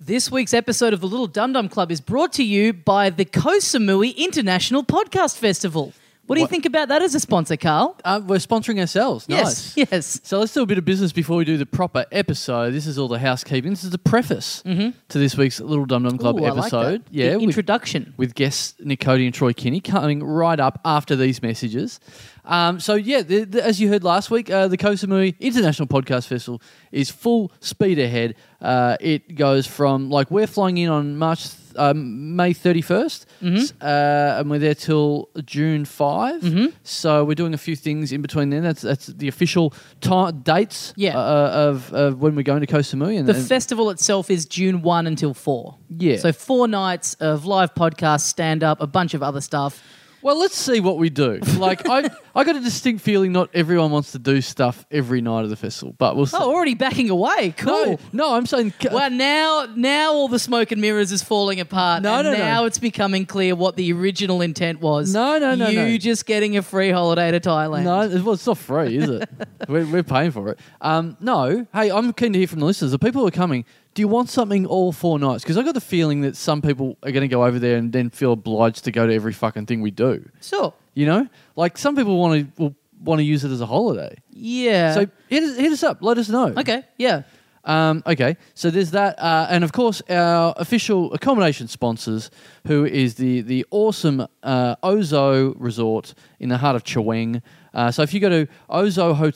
This week's episode of the Little Dum Dum Club is brought to you by the Koh Samui International Podcast Festival. What do you What? think about that as a sponsor, Carl? Uh, we're sponsoring ourselves. Nice. Yes, yes. So let's do a bit of business before we do the proper episode. This is all the housekeeping. This is the preface to this week's Little Dum Dum Club Mm-hmm. Ooh, I like episode. that. Yeah, The with- introduction. with guests Nick Cody and Troy Kinney coming right up after these messages. Um, so yeah, the, the, as you heard last week, uh, the Koh Samui International Podcast Festival is full speed ahead. Uh, it goes from like we're flying in on March th- um, May thirty Mm-hmm. uh, and we're there till June 5 Mm-hmm. So we're doing a few things in between then. That's that's the official ti dates Yeah. uh, of, of when we're going to Koh Samui. And, The and- festival itself is June 1 until 4. Yeah. So four nights of live podcasts, stand up, a bunch of other stuff. Well, let's see what we do. Like I, I got a distinct feeling not everyone wants to do stuff every night of the festival, but we'll see. Oh, already backing away. Cool. no, no, I'm saying Well, now, now all the smoke and mirrors is falling apart. No, and no, no. Now it's becoming clear what the original intent was. No, no, no, You no. just getting a free holiday to Thailand. no. it- Well, it's not free, is it? we're, we're paying for it. Um, no, hey, I'm keen to hear from the listeners. The people who are coming. Do you want something all four nights? Because I got the feeling that some people are going to go over there and then feel obliged to go to every fucking thing we do. Sure. You know, like some people want to want to use it as a holiday. Yeah. So hit us, hit us up. Let us know. okay. Yeah. Um, okay, so there's that, uh, and of course our official accommodation sponsors, who is the the awesome uh, Ozo Resort in the heart of Chaweng. Uh, so if you go to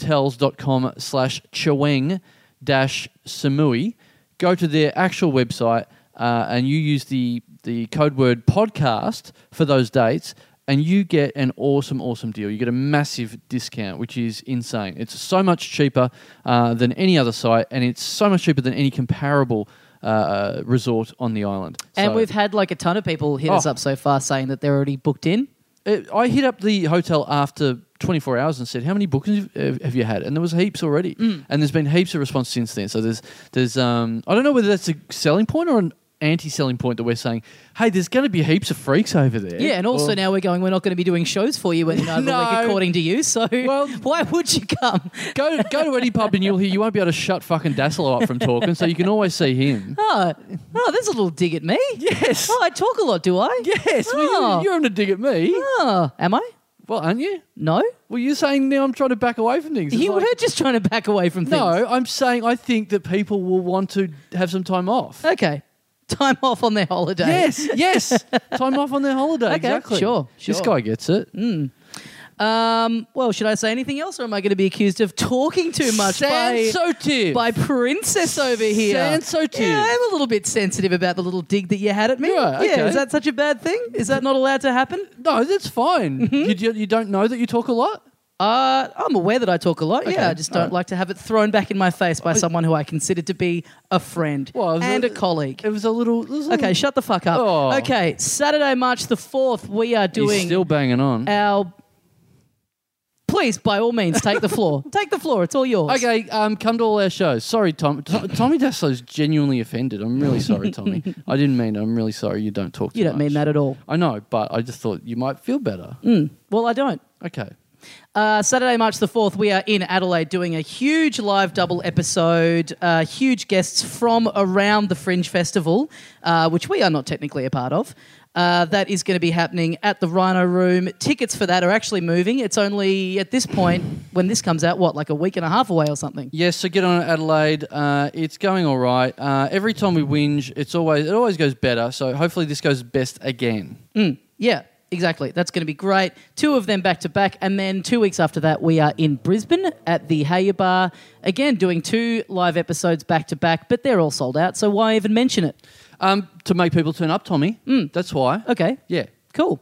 ozohotels.com slash Chaweng dash Samui, go to their actual website uh, and you use the the code word podcast for those dates. And you get an awesome, awesome deal. You get a massive discount, which is insane. It's so much cheaper uh, than any other site, and it's so much cheaper than any comparable uh, resort on the island. And So- we've had like a ton of people hit us Oh. up so far saying that they're already booked in. it, Uh, I hit up the hotel after 24 hours and said, "How many bookings have, have you had?" And there was heaps already, Mm. and there's been heaps of response since then. So there's there's um, I don't know whether that's a selling point or an anti-selling point that we're saying, "Hey, there's going to be heaps of freaks over there." Yeah, and also Or- now we're going, we're not going to be doing shows for you any night of the No. week, according to you. So Well- why would you come? go to, go to any pub and you'll hear you won't be able to shut fucking Dassilo up from talking, so you can always see him. Oh, oh, there's a little dig at me. Yes. Oh, I talk a lot, do I? Yes, well, Oh. you, you're on a dig at me. Oh, am I? Well, aren't you? No. Well, you're saying now I'm trying to back away from things. It's You like- were just trying to back away from things. no, I'm saying I think that people will want to have some time off. Okay. Time off on their holiday. Yes, yes. Time off on their holiday. Okay, exactly. sure, sure. This Mm. guy gets it. Um, well, should I say anything else, or am I going to be accused of talking too much by, Sensitive. by Princess over here? Sensitive. Yeah, I'm a little bit sensitive about the little dig that you had at me. You are? Yeah, Okay. is that such a bad thing? Is that not allowed to happen? no, that's fine. Mm-hmm. You, you, you don't know that you talk a lot? Uh, I'm aware that I talk a lot. Okay, Yeah, I just don't alright. like to have it thrown back in my face by someone who I consider to be a friend Well, it was and a, a- colleague. It was a little. it was a little- Okay, shut the fuck up. Oh. Okay, Saturday, March the 4th, we are He's doing still banging on. our. Please, by all means, take the floor. take the floor. It's all yours. Okay, um, come to all our shows. Sorry, Tom. Tom Tommy Daslo's genuinely offended. I'm really sorry, Tommy. I didn't mean. it. I'm really sorry. You don't talk. You too don't mean that much. Mm. at all. I know, but I just thought you might feel better. Well, I don't. Okay. Uh, Saturday, March the 4th, we are in Adelaide doing a huge live double episode, uh, huge guests from around the Fringe Festival, uh, which we are not technically a part of. Uh, that is going to be happening at the Rhino Room. Tickets for that are actually moving. It's only at this point, when this comes out, what, like a week and a half away or something? Yes, so get on it, Adelaide. Uh, it's going all right. Uh, every time we whinge, it's always it always goes better. So hopefully this goes best again. Yeah, exactly. That's going to be great. Two of them back to back. And then two weeks after that, we are in Brisbane at the Haya Bar. Again, doing two live episodes back to back, but they're all sold out. So why even mention it? Um, to make people turn up, Tommy. That's why. Okay. Yeah. Cool.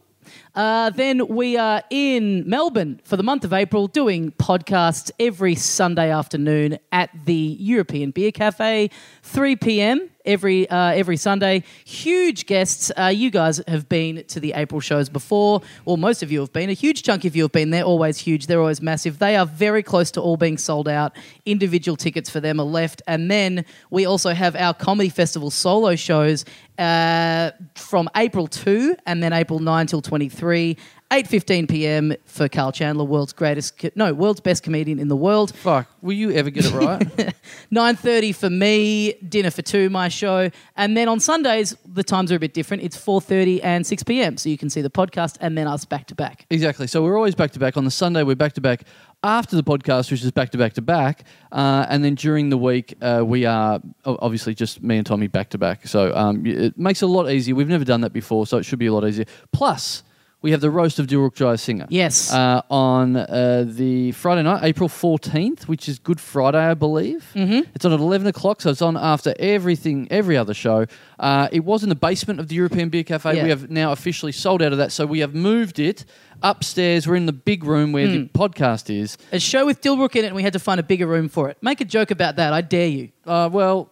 Uh, then we are in Melbourne for the month of April doing podcasts every Sunday afternoon at the European Beer Cafe, 3 p.m. every uh, every Sunday. Huge guests. Uh, you guys have been to the April shows before, or most of you have been. A huge chunk of you have been. They're always huge. They're always massive. They are very close to all being sold out. Individual tickets for them are left, and then we also have our comedy festival solo shows uh, from April 2 and then April 9 till 23 8:15 p.m. for Carl Chandler, world's greatest co- no, world's best comedian in the world. Fuck, will you ever get it right? 9:30 for me, dinner for two, my show, and then on Sundays the times are a bit different. It's 4:30 and 6 p.m. So you can see the podcast and then us back to back. Exactly. So we're always back to back. On the Sunday, we're back to back after the podcast, which is back to back to back. Uh, and then during the week, uh, we are o- obviously just me and Tommy back to back. So um, y- it makes it a lot easier. We've never done that before, so it should be a lot easier. Plus, we have the roast of Dilruk Jai Singer. Yes. Uh, on uh, the Friday night, April 14th, which is Good Friday, I believe. Mm-hmm. It's on at 11 o'clock, so it's on after everything, every other show. Uh, it was in the basement of the European Beer Cafe. Yeah. We have now officially sold out of that, so we have moved it upstairs. We're in the big room where Mm. the podcast is. A show with Dilbrook in it and we had to find a bigger room for it. Make a joke about that, I dare you. Uh, well,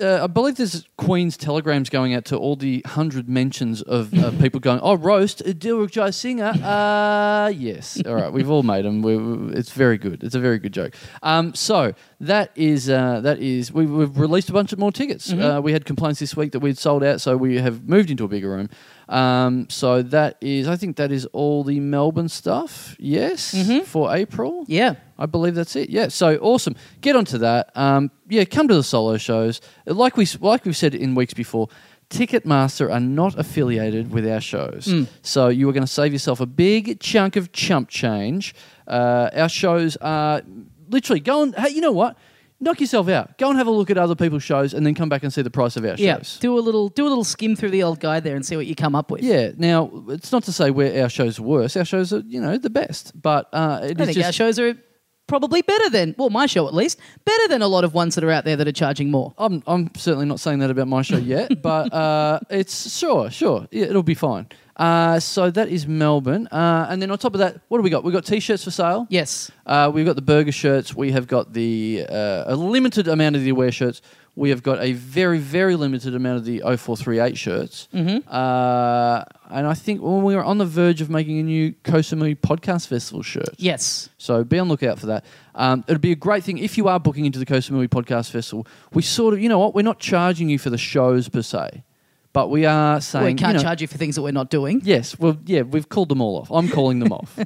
uh, I believe there's Queen's telegrams going out to all the hundred mentions of uh, people going, "Oh, roast uh, Dilruk Jai Singer." Uh, yes, all right, we've all made them. We, we- it's very good. It's a very good joke. Um, so that is uh, that is we, we've released a bunch of more tickets. Uh, we had complaints this week that we'd sold out, so we have moved into a bigger room. Um, so that is, I think that is all the Melbourne stuff. Yes, for April. Yeah. I believe that's it. Yeah. So awesome. Get onto that. Um, yeah. Come to the solo shows. Like we like we've said in weeks before, Ticketmaster are not affiliated with our shows. Hmm. So you are going to save yourself a big chunk of chump change. Uh, our shows are literally go and hey, you know what? Knock yourself out. Go and have a look at other people's shows, and then come back and see the price of our Yeah. shows. Do a little do a little skim through the old guide there and see what you come up with. Yeah. Now it's not to say where our shows are worse. Our shows are you know the best, but uh, it I is think just our shows are probably better than well, my show at least, better than a lot of ones that are out there that are charging more. I'm I'm certainly not saying that about my show yet, but uh, it's sure, sure, yeah, it'll be fine. Uh, so that is Melbourne, uh, and then on top of that, what do we got? We've got t-shirts for sale. Yes. Uh, we've got the burger shirts. We have got the uh, a limited amount of the aware shirts. We have got a very very limited amount of the 0438 shirts. Mm-hmm. Uh, and I think when we were on the verge of making a new Kosamui Podcast Festival shirt. Yes. So be on the lookout for that. Um, it'd be a great thing if you are booking into the Kosamui Podcast Festival. We sort of, you know what, we're not charging you for the shows per se, but we are saying we can't you know, charge you for things that we're not doing. Yes, well, yeah, we've called them all off. I'm calling them off.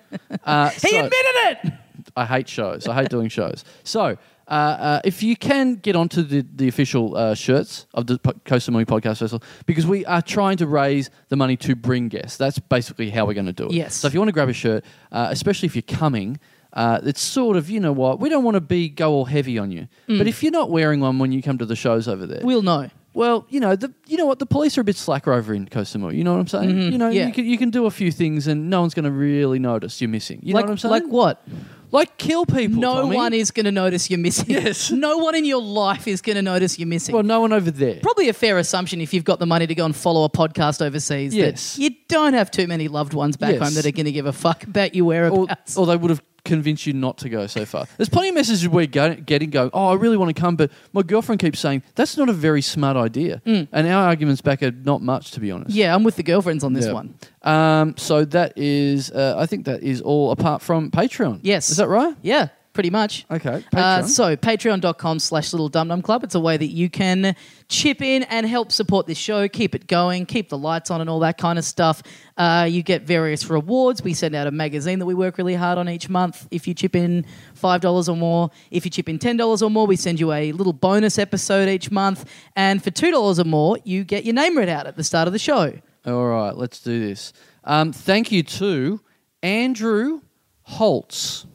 Uh, He so- admitted it. I hate shows. I hate doing shows. So, uh, uh, if you can get onto the, the official uh, shirts of the po- Kosamui Podcast Festival, because we are trying to raise the money to bring guests. That's basically how we're going to do it. Yes. So, if you want to grab a shirt, uh, especially if you're coming, uh, it's sort of, you know what, we don't want to be go all heavy on you. Mm. But if you're not wearing one when you come to the shows over there, We'll know. well, you know, the you know what the police are a bit slacker over in Kosamui. You know what I'm saying? you know, Mm-hmm. yeah. you, can, you can do a few things and no one's going to really notice you're missing. You like know what I'm saying? like what? Like kill people. No Tommy. one is going to notice you're missing. Yes. No one in your life is going to notice you're missing. Well, no one over there. Probably a fair assumption if you've got the money to go and follow a podcast overseas Yes. that you don't have too many loved ones back Yes. home that are going to give a fuck about your Or, whereabouts. or they would have convinced you not to go so far. There's plenty of messages we're go- getting going, oh, I really want to come, but my girlfriend keeps saying, that's not a very smart idea. And our arguments back are not much, to be honest. Mm. yeah, I'm with the girlfriends on this Yeah. one. Um, so that is, uh, I think that is all apart from Patreon. Yes. Is that right? Yeah, pretty much. Okay. Uh, Patreon. so patreon.com slash little dum dum club it's a way that you can chip in and help support this show keep it going keep the lights on and all that kind of stuff uh, you get various rewards we send out a magazine that we work really hard on each month if you chip in $5 or more if you chip in $10 or more we send you a little bonus episode each month and for $2 or more you get your name read out at the start of the show All right, let's do this. Um, thank you to Andrew Holtz.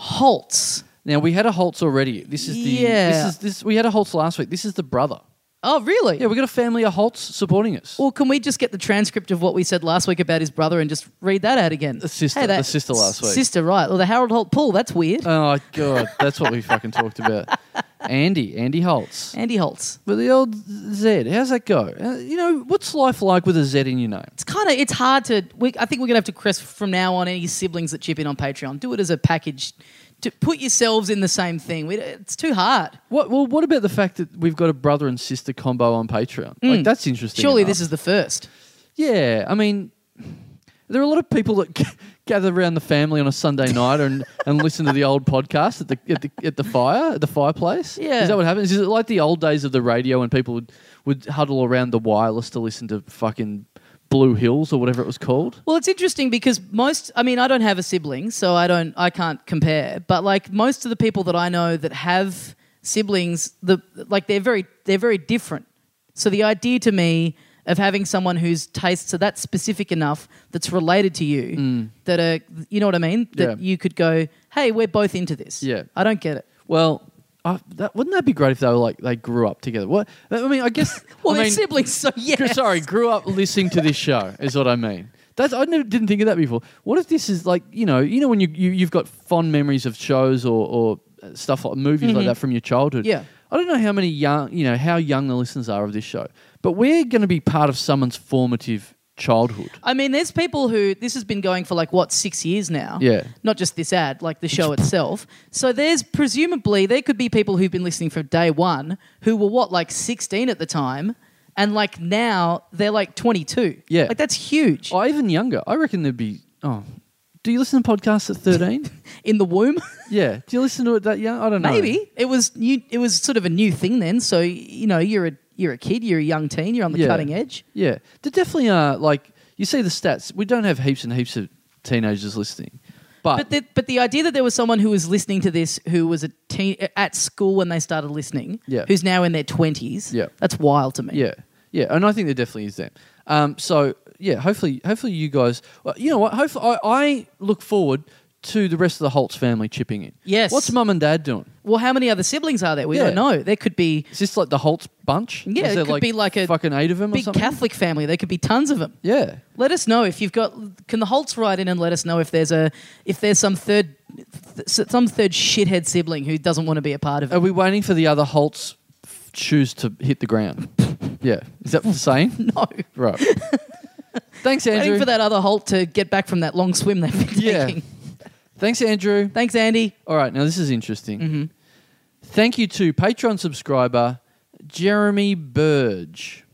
holtz Now we had a Holtz already. This is the Yeah. this is this we had a Holtz last week. This is the brother. oh really Yeah, we got a family of Holtz supporting us. Well, can we just get the transcript of what we said last week about his brother and just read that out again? The sister- that the sister last week. Sister, right? Well, the Harold Holt pool. That's weird. Oh god, that's what we fucking talked about. Andy, Andy Holtz. Andy Holtz. With the old Z, how's that go? Uh, you know, what's life like with a Z in your name? It's kind of it's hard to. We, I think we're gonna have to crest from now on any siblings that chip in on Patreon. Do it as a package. To put yourselves in the same thing. We, it's too hard. What well, what about the fact that we've got a brother and sister combo on Patreon? Like that's interesting. Hmm. Surely enough. this is the first. Yeah, I mean, there are a lot of people that gather around the family on a Sunday night and, and listen to the old podcast at the, at the at the fire at the fireplace. Yeah. is that what happens? Is it like the old days of the radio when people would, would huddle around the wireless to listen to fucking Blue Hills or whatever it was called. Well, it's interesting because most, I mean, I don't have a sibling, so I don't, I can't compare. But like most of the people that I know that have siblings, the like they're very, they're very different. So the idea to me of having someone whose tastes are that specific enough that's related to you, that are, you know what I mean? That Mm. Yeah. you could go, hey, we're both into this. Yeah. I don't get it. Well, I, that, wouldn't that be great if they were like they grew up together? What I mean, I guess. Well, I they're mean, siblings, so gr- yeah. Sorry, grew up listening to this show is what I mean. That's I never didn't think of that before. What if this is like you know you know when you, you you've got fond memories of shows or, or uh, stuff like movies like that from your childhood. Mm-hmm. Yeah. I don't know how many young you know how young the listeners are of this show, but we're going to be part of someone's formative childhood. I mean, there's people who this has been going for like what six years now. Yeah. Not just this ad, like the show itself. So there's presumably there could be people who've been listening from day one who were what like 16 at the time, and like now they're like 22. Yeah. Like that's huge Or even younger. I reckon there'd be oh. Do you listen to podcasts at thirteen? in the womb. yeah. Do you listen to it that young? I don't know. Maybe it was new. It was sort of a new thing then. So you know, you're a you're a kid. You're a young teen. You're on the Yeah. cutting edge. Yeah, there definitely are. Like you see the stats. We don't have heaps and heaps of teenagers listening, but, But the, but the idea that there was someone who was listening to this who was a teen at school when they started listening, Yeah. who's now in their twenties, Yeah. that's wild to me. yeah, yeah, and I think there definitely is them. Um, so yeah, hopefully, hopefully you guys. Well, you know what? Hopefully, I, I look forward to the rest of the Holtz family chipping in. Yes. What's mum and dad doing? Well, how many other siblings are there? We Yeah. don't know. There could be Is this like the Holtz bunch? Yeah, Is it there, could be like a fucking eight of them. or big something? Catholic family. There could be tons of them. Yeah. Let us know if you've got. Can the Holtz write in and let us know if there's a if there's some third th- some third shithead sibling who doesn't want to be a part of Are it. we waiting for the other Holtz f- shoes to hit the ground? yeah. Is that the same? No, Right. Thanks, Andrew. waiting for that other Holt to get back from that long swim they've been Yeah. taking. Thanks, Andrew. Thanks, Andy. All right, now this is interesting. Mm-hmm. Thank you to Patreon subscriber Jeremy Burge.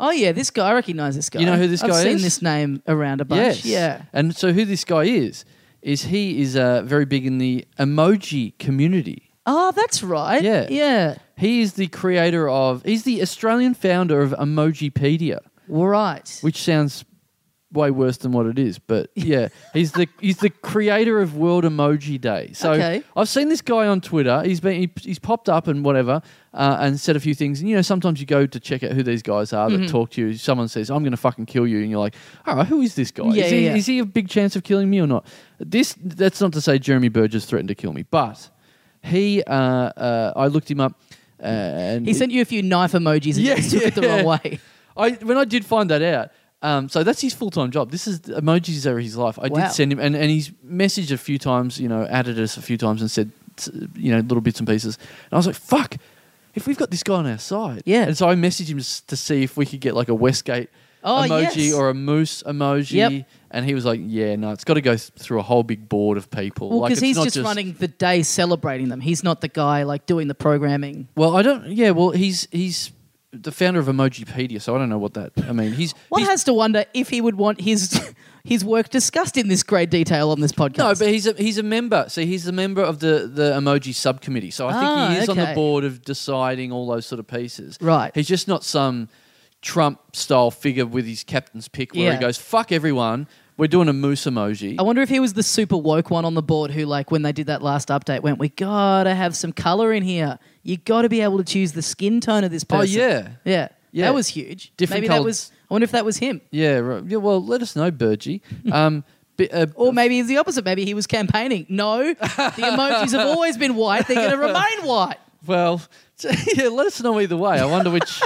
Oh yeah, this guy. I recognise this guy. You know who this I've guy seen is? this name around a bunch. Yes. Yeah. And so who this guy is is he is uh, very big in the emoji community. Oh, that's right. Yeah. Yeah. He is the creator of he's the Australian founder of Emojipedia, Right. which sounds way worse than what it is, but yeah, he's the he's the creator of World Emoji Day. So Okay. I've seen this guy on Twitter. He's been he, he's popped up and whatever, uh, and said a few things. And you know, sometimes you go to check out who these guys are Mm-hmm. that talk to you. Someone says, "I'm going to fucking kill you," and you're like, "All right, who is this guy? Yeah, is, he, yeah, yeah. is he a big chance of killing me or not?" This that's not to say Jeremy Burgess threatened to kill me, but he uh, uh, I looked him up. uh, And he sent you a few knife emojis and Yeah, just took it the yeah. wrong way. I when I did find that out, um, so that's his full time job. This is emojis are his life. I Wow. did send him, and, and he's messaged a few times, you know, added us a few times and said, s- you know, little bits and pieces. And I was like, fuck, if we've got this guy on our side, Yeah. And so I messaged him s- to see if we could get like a Westgate Oh, emoji yes. or a moose emoji. Yep. And he was like, yeah, no, it's got to go th- through a whole big board of people. Well, Like, because it's he's not just, running the day celebrating them. He's not the guy like doing the programming. Well, I don't. Yeah, well, he's he's the founder of Emojipedia, so I don't know what that. I mean, he's One he's has to wonder if he would want his his work discussed in this great detail on this podcast. No, but he's a he's a member. So he's a member of the the emoji subcommittee. So I think Ah, he is on okay. the board of deciding all those sort of pieces. Right. He's just not some Trump style figure with his captain's pick where Yeah. he goes fuck everyone. We're doing a moose emoji. I wonder if he was the super woke one on the board who, like, when they did that last update, went, "We gotta have some color in here. You gotta be able to choose the skin tone of this Oh, person." yeah. yeah, Yeah. That was huge. Different maybe that coloured- was. I wonder if that was him, yeah, right. yeah. Well, let us know, Burgie. Um, bi- uh, or maybe it's the opposite. Maybe he was campaigning. No, the emojis have always been white. They're gonna remain white. Well, yeah, let us know either way. I wonder which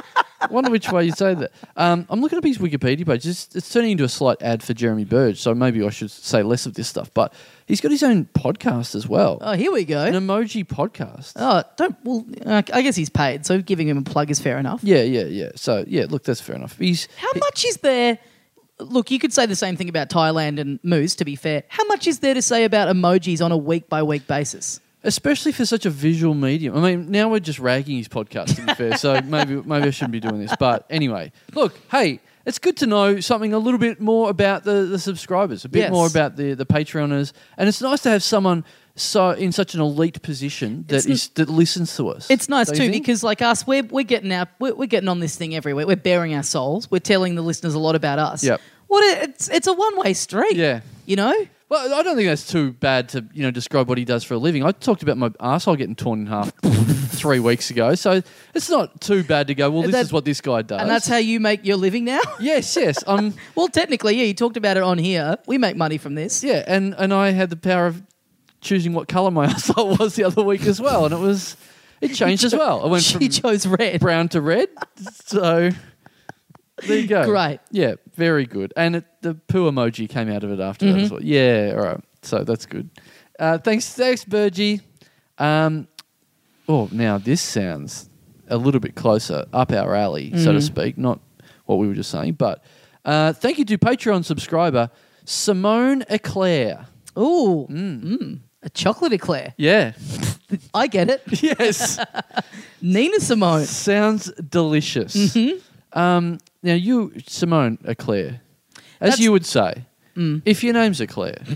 wonder which way you say that. Um, I'm looking up his Wikipedia page. It's, it's turning into a slight ad for Jeremy Burge, so maybe I should say less of this stuff. But he's got his own podcast as well, Oh, here we go. an emoji podcast. Oh, don't. Well, uh, I guess he's paid, so giving him a plug is fair enough. Yeah, yeah, yeah. So yeah, look, that's fair enough. He's How much is there? Look, you could say the same thing about Thailand and Moose, to be fair. How much is there to say about emojis on a week by week basis? especially for such a visual medium. I mean, now we're just ragging his podcast, to be fair. So maybe maybe I shouldn't be doing this. But anyway, look, hey, it's good to know something a little bit more about the, the subscribers, a bit Yes. more about the the Patreoners, and it's nice to have someone so in such an elite position that It's is n- that listens to us. It's nice Don't you too think? because, like us, we're we're getting our we're, we're getting on this thing everywhere. We're bearing our souls. We're telling the listeners a lot about us. Yep. What a, it's it's a one way street. Yeah. You know. Well, I don't think that's too bad to you know describe what he does for a living. I talked about my arsehole getting torn in half three weeks ago, so it's not too bad to go. Well, this That- is what this guy does, And that's how you make your living now. Yes, yes. Um, well, technically, yeah. You talked about it on here. We make money from this. yeah, and and I had the power of choosing what color my arsehole was the other week as well, and it was it changed as well. I went she from chose red. brown to red, so there you go. Great. Yeah, very good. And it, the poo emoji came out of it after that as well. Yeah, all right. So that's good. Uh, thanks, thanks, Burgie. Um, oh, now this sounds a little bit closer up our alley, so to speak. Not what we were just saying, but uh, thank you to Patreon subscriber Simone Eclair. Ooh. Mm. A chocolate eclair. Yeah. I get it. yes. Nina Simone. Sounds delicious. Mm-hmm. Um, now, you, Simone Eclair, as That's- Mm. you would say, if your name's Eclair,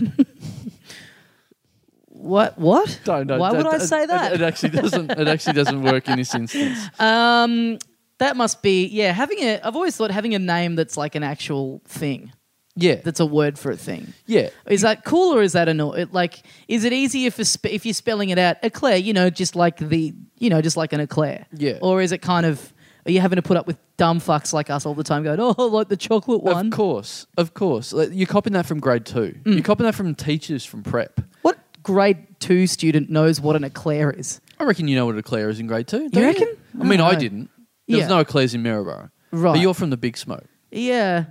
What? What? don't know. Why don't- would I it- say it- that? It, actually doesn't. It actually doesn't work in this instance. Um, that must be yeah. Having a, I've always thought having a name that's like an actual thing, Yeah, that's a word for a thing. yeah, Is that cool or is that annoying? It, like, is it easier for sp- if you're spelling it out eclair? You know, just like the you know, just like an eclair. Yeah. Or is it kind of are you having to put up with dumb fucks like us all the time going oh like the chocolate one? Mm. Of course, of course. Like, You're copying that from grade two. You're copying that from teachers from prep. What grade two student knows what an eclair is? I reckon you know what an Eclair is in grade two. don't reckon? I mean, I I don't know. didn't. There Yeah. was no Eclairs in Maryborough. Right. But you're from the Big Smoke. Yeah.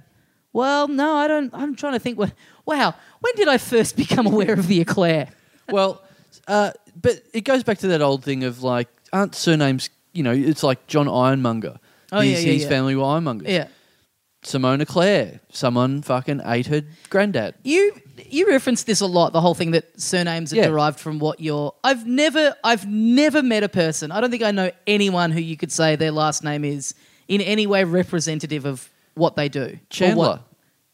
Well, no, I don't. I'm trying to think. What? Wow. When did I first become aware of the eclair? well, uh, but it goes back to that old thing of like, aren't surnames, you know, it's like John Ironmonger. Oh, his, yeah, yeah, his yeah. family were ironmongers. Yeah. Simona Claire, someone fucking ate her granddad. You you reference this a lot, the whole thing that surnames are Yeah. derived from what your I've never I've never met a person. I don't think I know anyone who you could say their last name is in any way representative of what they do. or what- Chandler.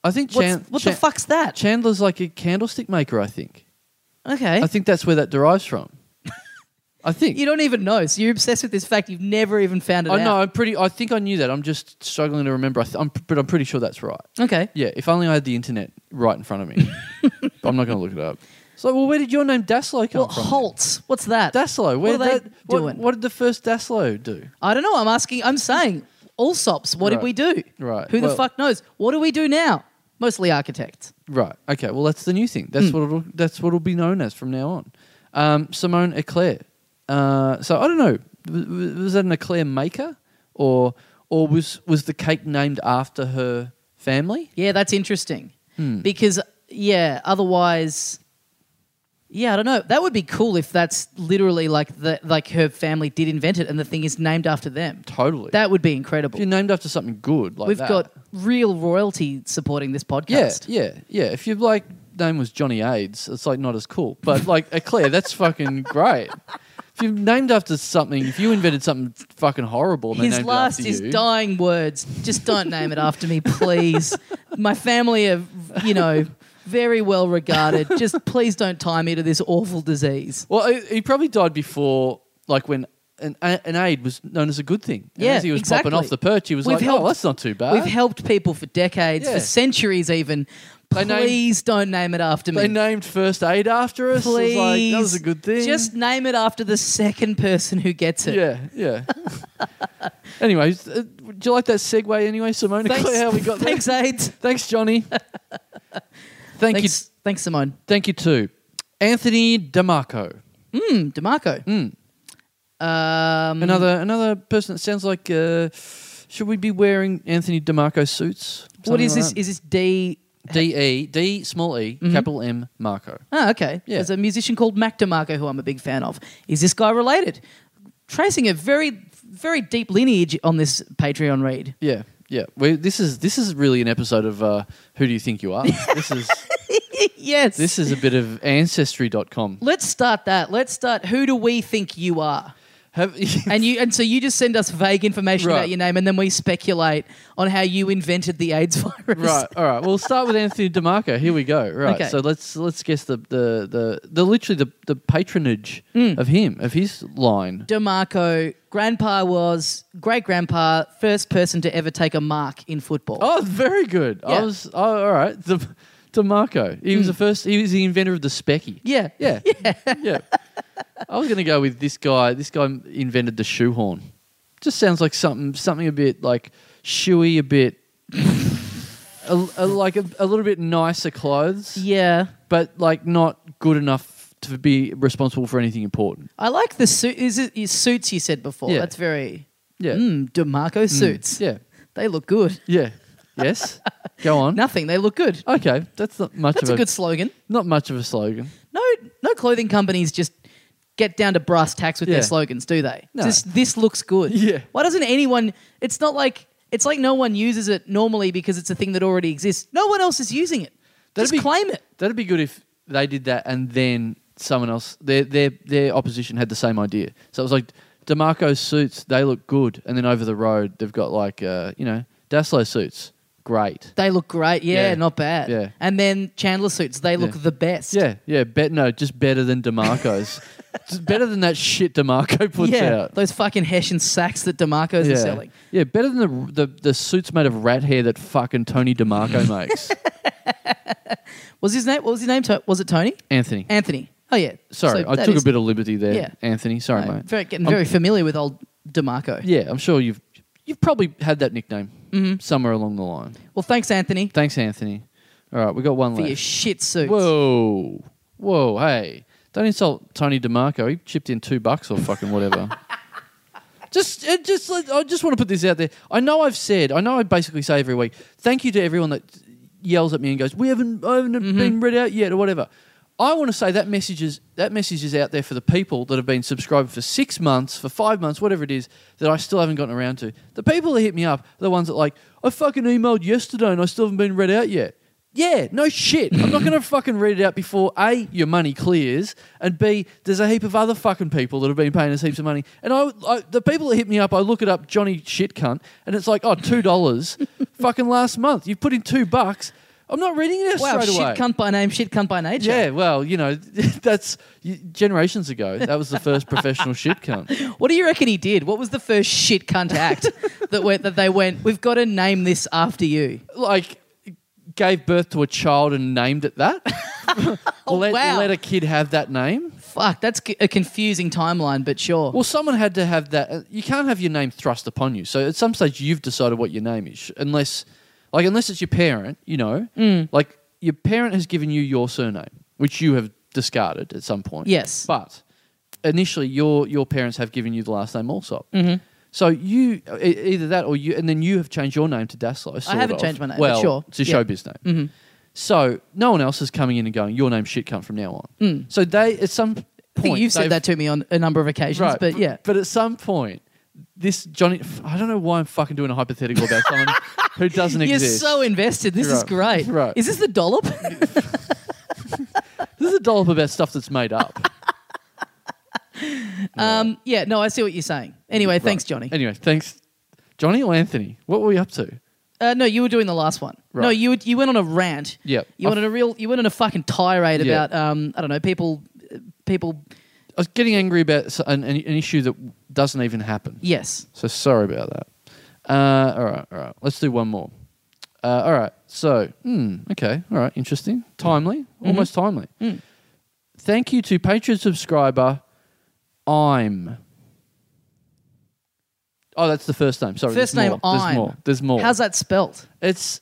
I think what's- Chan- what the Chan- fuck's that? Chandler's like a candlestick maker, I think. okay. I think that's where that derives from. I think. you don't even know. So you're obsessed with this fact you've never even found it I know. out. I'm pretty. I think I knew that. I'm just struggling to remember. I th- I'm, pr- but I'm pretty sure that's right. Okay. Yeah. If only I had the internet right in front of me. But I'm not going to look it up. So, well, where did your name Daslow come Well, from? then? Holtz. What's that? Daslow. Where What are did they that, what- doing? What, did the first Daslow do? I don't know. I'm asking. I'm saying Allsops. What did Right. we do? Right. Who the Well- fuck knows? What do we do now? Mostly architects. Right. Okay. Well, that's the new thing. That's Hmm. what it'll, that's what it'll be known as from now on. Um, Simone Eclair. Uh, so I don't know. W- w- Was that an Eclair maker, or or was was the cake named after her family? Yeah, that's interesting. Hmm. Because yeah, otherwise yeah, I don't know. That would be cool if that's literally like the like her family did invent it and the thing is named after them. Totally. That would be if incredible. you're named after something good like We've that. got real royalty supporting this yeah, podcast. yeah, yeah. If your like name was Johnny AIDS, it's like not as cool. But like Eclair, that's fucking great. If you're named after something, if you invented something fucking horrible, and they His named last it after his you, dying words. Just don't name it after me, please. My family are, you know, very well regarded. Just please don't tie me to this awful disease. Well, he, he probably died before, like when an, an aid was known as a good thing. And Yeah, as he was popping exactly. off the perch, he was We've like, helped- "Oh, that's not too bad." We've helped people for decades, Yeah. for centuries even. They named- Please don't name it after they me. named first aid after us. It was Please. like, that was a good thing. Just name it after the second person who gets it. yeah, yeah. Anyways, uh, do you like that segue? Anyway, Simone, Thanks, clear how we got there. thanks AIDS. Thanks, Johnny. Thank you, Thanks, thanks, Simone. thank you too, Anthony Demarco. Hmm, DeMarco. Um, Mm. Another another person that sounds like. Uh, should we be wearing Anthony Demarco suits? what Something is like this? that. Is this D? D E D small E capital M Marco. Ah, okay. Yeah. There's a musician called Mac DeMarco who I'm a big fan of. Is this guy related? Tracing a very, very deep lineage on this Patreon read. Yeah, yeah. We, this is this is really an episode of uh, Who Do You Think You Are? this is yes. This is a bit of ancestry.com. Let's start that. Let's start. Who do we think you are? Have, And you and so you just send us vague information Right. about your name, and then we speculate on how you invented the AIDS virus. right, all right. We'll start with Anthony DeMarco. Here we go. Right. Okay. So let's let's guess the the the, the literally the, the patronage Mm. of him, of his line. DeMarco, grandpa was great grandpa, first person to ever take a mark in football. Oh, very good. I Yeah. Mm. was oh, all right. De, DeMarco. He was the first he was the inventor of the specky. Yeah. Yeah. Yeah. I was going to go with this guy. This guy invented the shoehorn. Just sounds like something something a bit like shoey, a bit a, a- like a, a little bit nicer clothes, Yeah. but like not good enough to be responsible for anything important. I like the suit. Is it is suits you said before? Yeah. That's very. Yeah. Mm, DeMarco suits. Yeah. They look good. Yeah. Yes. go on. Nothing. They look good. Okay, that's not much That's of a good slogan. not much of a slogan. No, no clothing companies just get down to brass tacks with Yeah. their slogans, do they? No. Just this looks good. Yeah. Why doesn't anyone? It's not like it's like no one uses it normally because it's a thing that already exists. No one else is using it. just That'd be- claim it. That'd be good if they did that and then someone else their their their opposition had the same idea. So it was like Demarco suits, they look good, and then over the road they've got like uh, you know Daslo suits, great. They look great. Yeah, Yeah. not bad. Yeah. And then Chandler suits. They look Yeah. the best. Yeah, yeah, bet no, just better than Demarco's, just better than that shit Demarco puts yeah. out. Those fucking Hessian sacks that Demarco's Yeah. are selling. yeah, better than the, the the suits made of rat hair that fucking Tony Demarco makes. Was his name? What was his name? To- Was it Tony? Anthony, Anthony. Oh yeah. sorry, So I that took is- a bit of liberty there. Yeah. Anthony, sorry, no, mate. Very, getting I'm- very familiar with old Demarco. Yeah, I'm sure you've you've probably had that nickname Mm-hmm. somewhere along the line. Well, thanks, Anthony, Thanks, Anthony. All right, we got one for your left. shit suits. Whoa, whoa, hey! Don't insult Tony DeMarco. He chipped in two bucks or fucking whatever. just, it just, let- I just want to put this out there. I know I've said, I know I basically say every week, thank you to everyone that yells at me and goes, we haven't, I haven't been read out yet or whatever. I want to say that message is that message is out there for the people that have been subscribed for six months, for five months, whatever it is that I still haven't gotten around to. The people that hit me up are the ones that like I fucking emailed yesterday and I still haven't been read out yet. Yeah, no shit. I'm not going to fucking read it out before A, your money clears, and B, there's a heap of other fucking people that have been paying us heaps of money. And I, I the people that hit me up, I look it up, Johnny shit cunt, and it's like, oh, $2 fucking last month. You've put in two bucks. I'm not reading it out Wow, straight shit away. cunt by name, shit cunt by nature. Yeah, well, you know, that's y- generations ago. That was the first professional shit cunt. What do you reckon he did? What was the first shit cunt act that went that they went? We've got to name this after you. Like, gave birth to a child and named it that. let, Oh, wow. let a kid have that name. Fuck, that's c- a confusing timeline, but sure. Well, someone had to have that. uh, You can't have your name thrust upon you. So at some stage, you've decided what your name is, unless, like, unless it's your parent. You know, Mm. like your parent has given you your surname, which you have discarded at some point. Yes. but initially, your your parents have given you the last name also. Mm-hmm. So you e- either that or you, and then you have changed your name to Daslow. sort haven't of. changed my name, but Well, sure. it's a Yeah. Mm-hmm. showbiz name. So no one else is coming in and going, "Your name's shit cunt from now on." So they at some point Mm. I think you've said they've- that to me on a number of occasions, but b- yeah. But at some point, this Johnny, f- I don't know why I'm fucking doing a hypothetical about someone who doesn't You're exist. so invested. This is Right, great. right. Is this the dollop? this is a dollop about stuff that's made up. um, yeah, no, I see what you're saying. Anyway, thanks, Johnny. Anyway, thanks, Johnny or Anthony. What were we up to? Uh, no, you were doing the last one. Right. No, you would- you went on a rant. Yep. You went on a real. You went on a fucking tirade Yeah. about um, I don't know people, people. I was getting angry about s- an, an, an issue that doesn't even happen. Yes. So sorry about that. Uh, all right, all right. Let's do one more. Uh, all right. So, hmm, okay. All right. Interesting. Mm. Timely. Mm-hmm. Almost timely. Thank you to Patreon subscriber. I'm. Oh, that's the first name. Sorry. First there's name. More. There's I'm. more. There's more. How's that spelt? It's.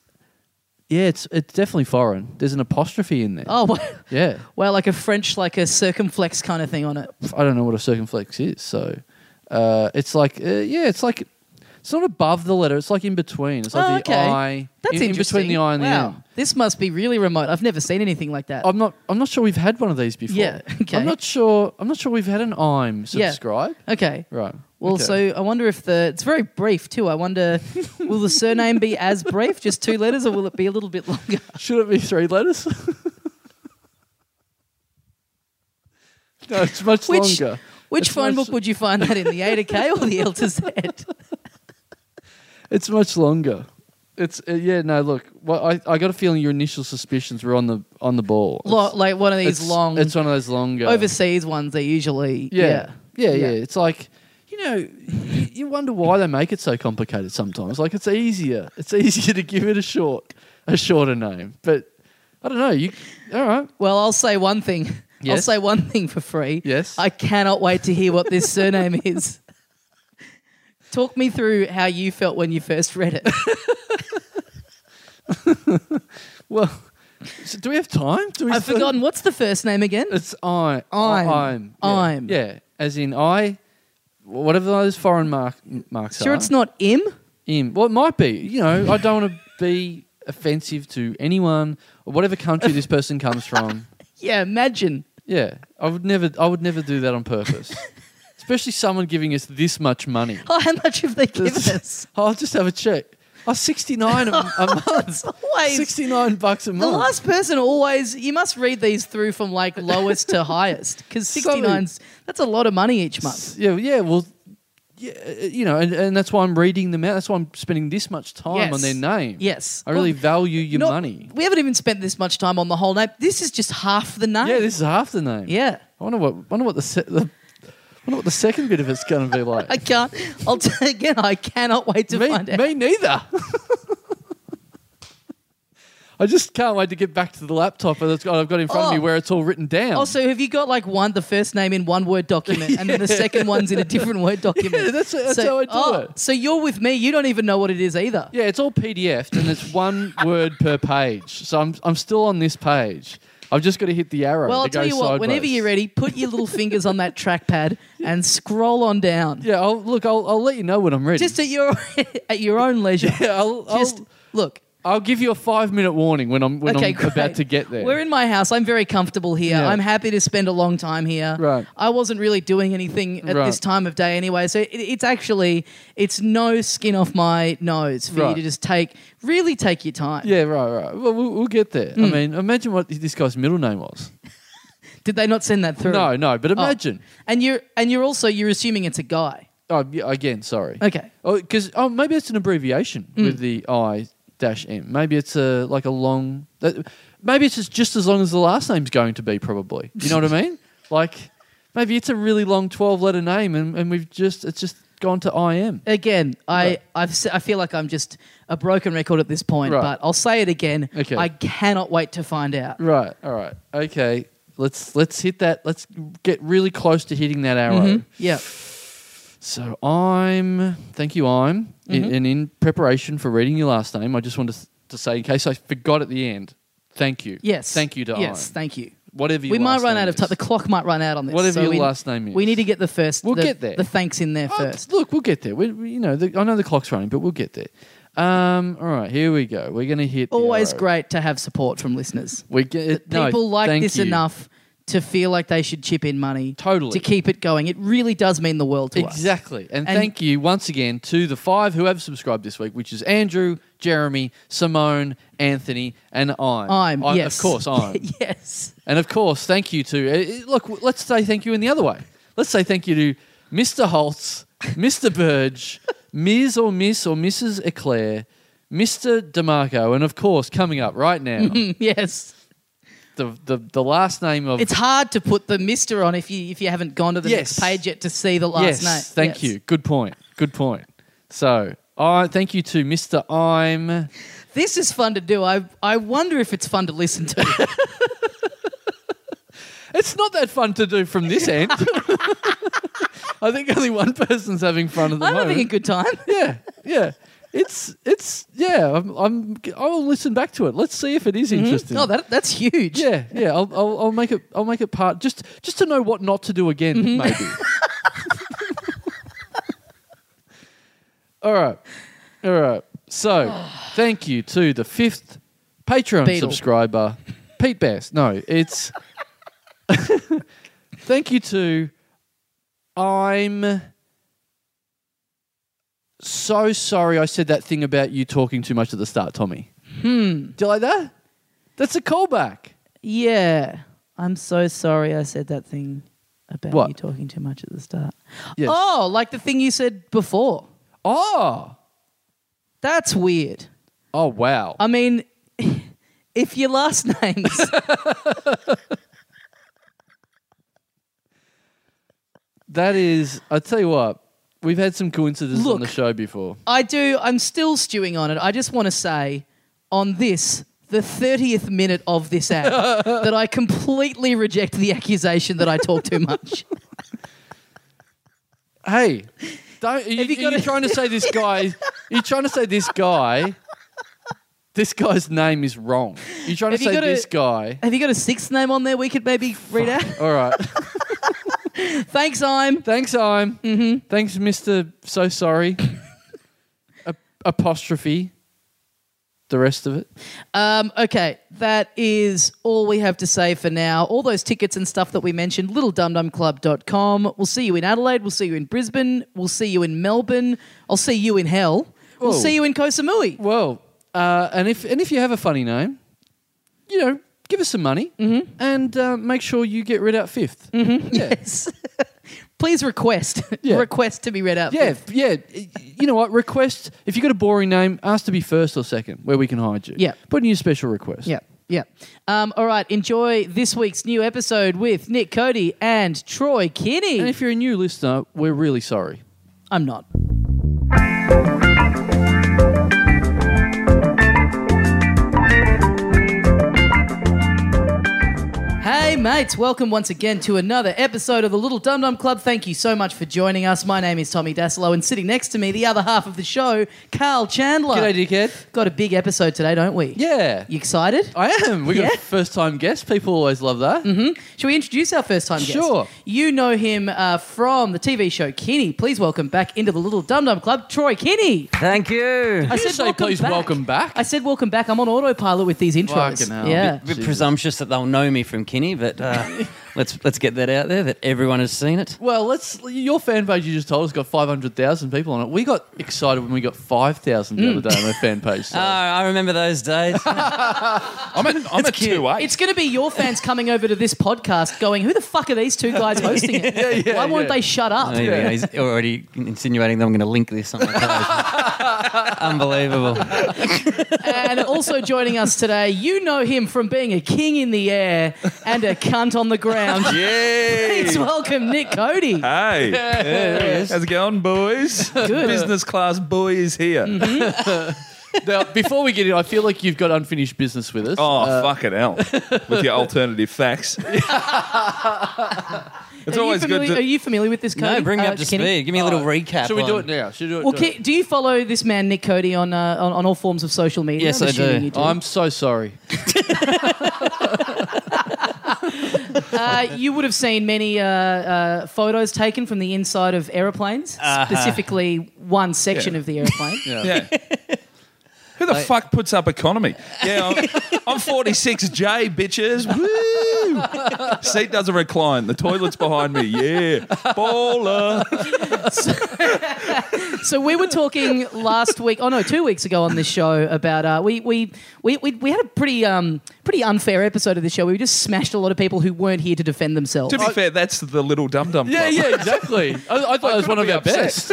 Yeah, it's it's definitely foreign. There's an apostrophe in there. Oh, well, Yeah. well, like a French, like a circumflex kind of thing on it. I don't know what a circumflex is. So, uh, it's like uh, yeah, it's like it's not above the letter. It's like in between. It's like Oh, the okay. I. That's in, in interesting. between the I and wow. the M. This must be really remote. I've never seen anything like that. I'm not. I'm not sure we've had one of these before. Yeah, okay. I'm not sure. I'm not sure we've had an I'm Yeah. subscribe. okay. Right. Well, okay. so I wonder if the it's very brief too. I wonder, will the surname be as brief, just two letters, or will it be a little bit longer? should it be three letters? No, it's much Which longer. which It's phone much- book would you find that in? The A to K or the L to Z? It's much longer. It's uh, yeah. No, look. Well, I, I got a feeling your initial suspicions were on the on the ball. Lo- like one of It's- these long It's one of those longer overseas ones. They usually Yeah. Yeah, yeah. Yeah. It's like, you know, you, you wonder why they make it so complicated sometimes. Like it's easier. It's easier to give it a short a shorter name. But I don't know. You all right. Well, I'll say one thing. I'll Yes? say one thing for free. Yes. I cannot wait to hear what this surname is. Talk me through how you felt when you first read it. Well, so do we have time? Do we I've still- forgotten what's the first name again. It's I. I'm. I'm. Yeah. I'm. Yeah. As in I whatever those foreign mark, marks are. Sure, it's not Im. Im. Well, it might be. You know, I don't want to be offensive to anyone or whatever country this person comes from. Yeah, imagine. Yeah, I would never. I would never do that on purpose. Especially someone giving us this much money. Oh, how much have they given This- us? I'll just have a check. Oh, 69 a, a month. Always. 69 bucks a the month. last person always. You must read these through from like lowest to highest because Sorry. 69's that's a lot of money each month. S- Yeah, yeah. Well, yeah, uh, you know, and, and that's why I'm reading them out. That's why I'm spending this much time on Yes. their name. Yes, I really Well, value your not- money. We haven't even spent this much time on the whole name. This is just half the name. Yeah, this is half the name. Yeah. I wonder what. Wonder what the. Se- the wonder what the second bit of it's going to be like. I can't. I'll t- again. I cannot wait to me, find out. me neither. I just can't wait to get back to the laptop that I've got I've got in front of me Oh. where it's all written down. Also, have you got like one the first name in one word document and then the second one's in a different word document? Yeah, that's- that's how I do it. So oh. you're with me. You don't even know what it is either. yeah, it's all PDF'd and it's one word per page. So I'm, I'm still on this page. I've just got to hit the arrow. Well, to I'll go tell you what. sideways. Whenever you're ready, put your little fingers on that trackpad and scroll on down. Yeah, I'll, look, I'll, I'll let you know when I'm ready. Just at your at your own leisure. yeah, Oh, I'll, Just I'll, look. I'll give you a five minute warning when I'm when okay, I'm great. about to get there. We're in my house. I'm very comfortable here. Yeah. I'm happy to spend a long time here. Right. I wasn't really doing anything at Right. this time of day anyway, so it, it's actually it's no skin off my nose for you Right. to just take really take your time. yeah, right, right. Well, we'll, we'll get there. Hmm. I mean, imagine what this guy's middle name was. Did they not send that through? No, no, but Oh. imagine. And you're and you're also you're assuming it's a guy. Oh, yeah, again, sorry. Okay. Oh, because oh, maybe it's an abbreviation with the I dash M. Maybe it's a like a long. That, maybe it's just, just as long as the last name's going to be. Probably, you know what I mean? Like, maybe it's a really long twelve-letter name, and, and we've just it's just gone to I M. Again, I Right. I've, s- I feel like I'm just a broken record at this point, Right. but I'll say it again. Okay. I cannot wait to find out. Right. All right. Okay. Let's let's hit that. Let's get really close to hitting that arrow. Mm-hmm. Yeah. So I'm. Thank you. I'm. Mm-hmm. In, and in preparation for reading your last name, I just wanted to, to say, in case I forgot at the end, thank you. Yes. Thank you to Yes. I'm. Thank you. Whatever your we might last run name out of is. time. The clock might run out on this. Whatever so your we- last name is. we need to get the first. We'll the, get there. The thanks in there Oh, first. look, we'll get there. We, we- you know, the, I know the clock's running, but we'll get there. Um, all right, here we go. We're going to hit. the Always arrow. great to have support from listeners. We get no, People like thank this you. enough to feel like they should chip in money Totally. to keep it going. It really does mean the world to us. Exactly. And, And- thank you once again to the five who have subscribed this week, which is Andrew, Jeremy, Simone, Anthony, and I. I'm, I yes. Of course, I'm. yes. And of course, thank you to. eh, eh, Look, w- let's say thank you in the other way. Let's say thank you to Mr. Holtz, Mr. Burge, Ms. or Miss or Mrs. Eclair, Mr. DeMarco, and of course, coming up right now, Mm, Yes. the, the, the last name of. It's hard to put the Mister on if you if you haven't gone to the Yes. next page yet to see the last yes, name. Yes. thank you. Good point. Good point. So, I thank you to Mr. I'm. This is fun to do. I I wonder if it's fun to listen to. It's not that fun to do from this end. I think only one person's having fun at the I'm moment. having a good time. yeah, yeah. It's it's yeah. I'm, I'm I'll listen back to it. Let's see if it is interesting. Oh, that that's huge. yeah, yeah. I'll, I'll I'll make it I'll make it part just just to know what not to do again maybe. All right, all right. So thank you to the fifth Patreon Beetle. subscriber, Pete Bass. No, it's thank you to I'm so sorry I said that thing about you talking too much at the start, Tommy. Hmm. Do you like that? That's a callback. Yeah. I'm so sorry I said that thing about What? you talking too much at the start. Yes. Oh, like the thing you said before. Oh, That's weird. oh wow. I mean, if your last name's that is. I tell you what, we've had some coincidences on Look. the show before. I do. I'm still stewing on it. I just want to say on this, the 30th minute of this ad, that I completely reject the accusation that I talk too much. Hey, don't. Are you, Have you are got you a- trying to say this guy? are you trying to say this guy? This guy's name is wrong. You're trying Have to you say got a- this guy. Have you got a sixth name on there we could maybe read out? All right. Thanks, I'm. Thanks, I'm. Mm-hmm. Thanks, Mister. So sorry. A- apostrophe. The rest of it. Um, okay, that is all we have to say for now. All those tickets and stuff that we mentioned, littledumdumclub.com. We'll see you in Adelaide. We'll see you in Brisbane. We'll see you in Melbourne. I'll see you in hell. We'll Whoa. see you in Koh Samui. Well, uh, and if and if you have a funny name, you know, give us some money and uh, make sure you get read out 5th Yeah, Yes. Please request. Yeah. request to be read out. yeah, yeah. You know what? Request if you got a boring name, ask to be first or second, where we can hide you. Yeah. put in your special request. Yeah. Yeah. Um, all right. Enjoy this week's new episode with Nick Cody and Troy Kinney. And if you're a new listener, we're really sorry. I'm not. Hey mates, welcome once again to another episode of the Little Dum Dum Club. Thank you so much for joining us. My name is Tommy Dasilo, and sitting next to me, the other half of the show, Carl Chandler. G'day, dickhead. Got a big episode today, don't we? Yeah, You excited? I am. We got Yeah. a first time guest. People always love that. Shall we introduce our first time guest? Sure. You know him uh, from the TV show Kinney. Please welcome back into the Little Dum Dum Club, Troy Kinney. Thank you. I Did you say, "Please welcome back"? I said welcome back. I'm on autopilot with these intros. Fucking hell. Yeah. A bit Jesus. presumptuous that they'll know me from Kinney, but uh, let's let's get that out there that everyone has seen it. Well, let's. Your fan page you just told us got five hundred thousand people on it. We got excited when we got five thousand the Hmm. other day on our fan page. so- Oh, I remember those days. Oh, I'm a, I'm a cute. two eight. It's going to be your fans coming over to this podcast going, who the fuck are these two guys hosting it? Why won't yeah. they shut up? Oh, here we go. He's already insinuating that I'm going to link this on my page. Unbelievable. and also joining us today, you know him from being a king in the air and a cunt on the ground. Please Yeah. welcome Nick Cody. Hey, how's it going, boys? Business class boy is here. Mm-hmm. Now, before we get in, I feel like you've got unfinished business with us. Oh, fucking hell! With your alternative facts, it's are, you always good. familiar, are To, you familiar with this, Cody? No, bring me Uh, up to Kenny? speed. Give me a little recap. Oh, Should we do on- it now? Should we do it? Well, now? Ki- do you follow this man, Nick Cody, on, uh, on, on all forms of social media? Yes, I'm I do. assuming you Oh, I'm so sorry. Uh, you would have seen many uh, uh, photos taken from the inside of aeroplanes, Uh-huh. specifically one section Yeah. of the aeroplane. yeah. Who the fuck puts up economy? Yeah, I'm, I'm 46J, bitches. Woo! Seat doesn't recline. The toilet's behind me. Yeah, baller. So we were talking last week, oh no, two weeks ago on this show about uh, we, we we we we had a pretty um pretty unfair episode of the show. where We just smashed a lot of people who weren't here to defend themselves. To be fair, that's the little dum dum. Yeah, yeah, exactly. I, I thought it was one of couldn't our be best.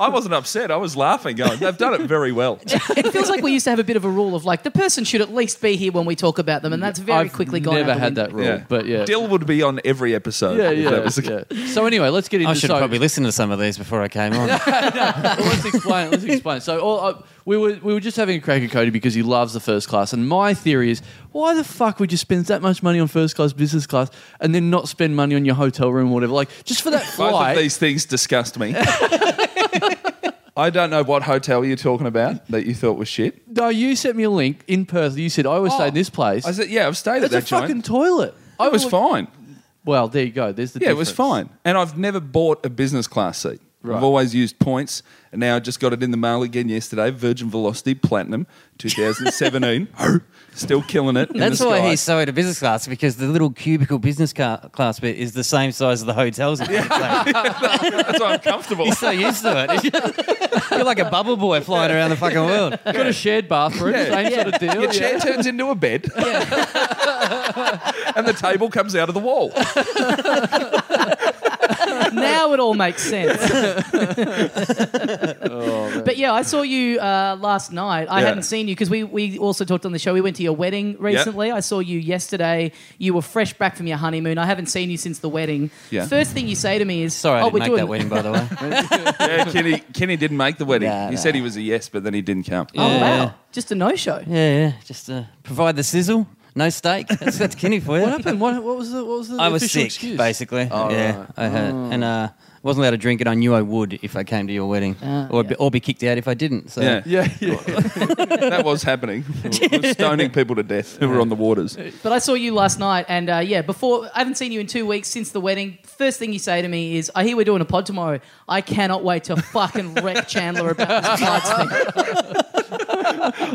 I wasn't upset. I was laughing, going, they've done it very well. it feels like we used to have a bit of a rule of like the person should at least be here when we talk about them, and that's very I've quickly gone. Never out the had window. that rule, but yeah, Dill would be on every episode. yeah, if that yeah, was the- yeah. So anyway, let's get into. I should so, have probably listen to some of these before I came on. Well, let's explain. Let's explain. So, all, uh, we were we were just having a crack at Cody because he loves the first class, and my theory is, why the fuck would you spend that much money on first class, business class, and then not spend money on your hotel room or whatever? Like just for that Both flight. of these things disgust me. I don't know what hotel you're talking about that you thought was shit. No, you sent me a link in Perth. You said I always stay in this place. Oh, I said, yeah, I've stayed at it's a that joint. fucking toilet. I was fine. Well, there you go. There's the Yeah, it was difference. fine. And I've never bought a business class seat. Right. I've always used points, and now I just got it in the mail again yesterday. Virgin Velocity Platinum, 2017. Oh. Still killing it. in That's the why sky. he's so into business class because the little cubicle business car- class bit is the same size as the hotels. in Queensland. That's why I'm comfortable. He's so used to it. You're like a bubble boy flying around the fucking world. Got a shared bathroom. Yeah. Same sort of deal. Your yeah. chair turns into a bed. and the table comes out of the wall. now it all makes sense. Oh, but yeah, I saw you uh, last night. I Yeah. hadn't seen you because we, we also talked on the show. We went to your wedding recently. I saw you yesterday. You were fresh back from your honeymoon. I haven't seen you since the wedding. Yeah. First thing you say to me is, Sorry, I oh, we're didn't make doing that wedding, by the way. Yeah, Kenny, Kenny didn't make the wedding. Nah, he nah. said he was a yes, but then he didn't come. Oh Yeah. wow, just a no show. yeah, yeah. Just uh, provide the sizzle. No steak. That's, that's Kenny for you. What happened? What, what was the what was the I was official sick, excuse? basically. Oh, yeah, right. I heard, and uh, wasn't allowed to drink it. I knew I would if I came to your wedding, Ah, or yeah. be, or be kicked out if I didn't. So Yeah, Yeah, yeah. that was happening. We were stoning people to death who were on the waters. But I saw you last night, and uh, yeah, before I haven't seen you in two weeks since the wedding. First thing you say to me is, "I hear we're doing a pod tomorrow. I cannot wait to fucking wreck Chandler about this floods thing."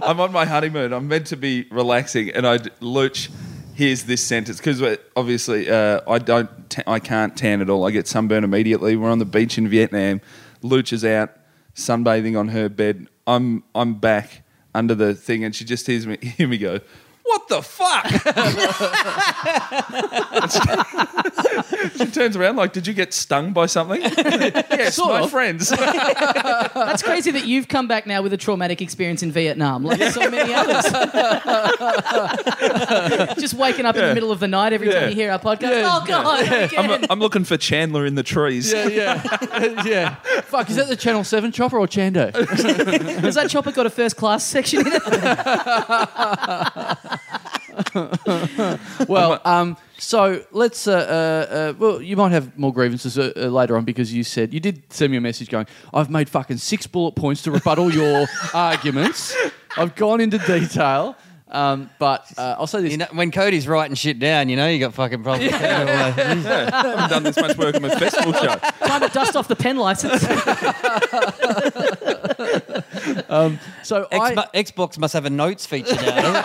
I'm on my honeymoon. I'm meant to be relaxing, and I lurch. Here's this sentence because obviously uh, I don't, ta- I can't tan at all. I get sunburn immediately. We're on the beach in Vietnam. Luch is out sunbathing on her bed. I'm I'm back under the thing, and she just hears me. Hear me go. What the fuck? she turns around like, "Did you get stung by something?" yes, Sort my of. friends. That's crazy that you've come back now with a traumatic experience in Vietnam, like so many others. Just waking up in the middle of the night every Yeah. time you hear our podcast. Oh god, again. I'm, I'm looking for Chandler in the trees. Yeah, yeah, yeah. Fuck, is that the Channel Seven chopper or Chando? Has that chopper got a first class section in it? Well, um, so let's. Uh, uh, uh, well, you might have more grievances uh, uh, later on because you said you did send me a message going, "I've made fucking six bullet points to rebuttal your arguments. I've gone into detail." Um, but uh, I'll say this: You know, when Cody's writing shit down, you know you got fucking problems. I haven't done this much work on my festival show. Time to dust off the pen license. so I, Xbox, Xbox must have a notes feature now.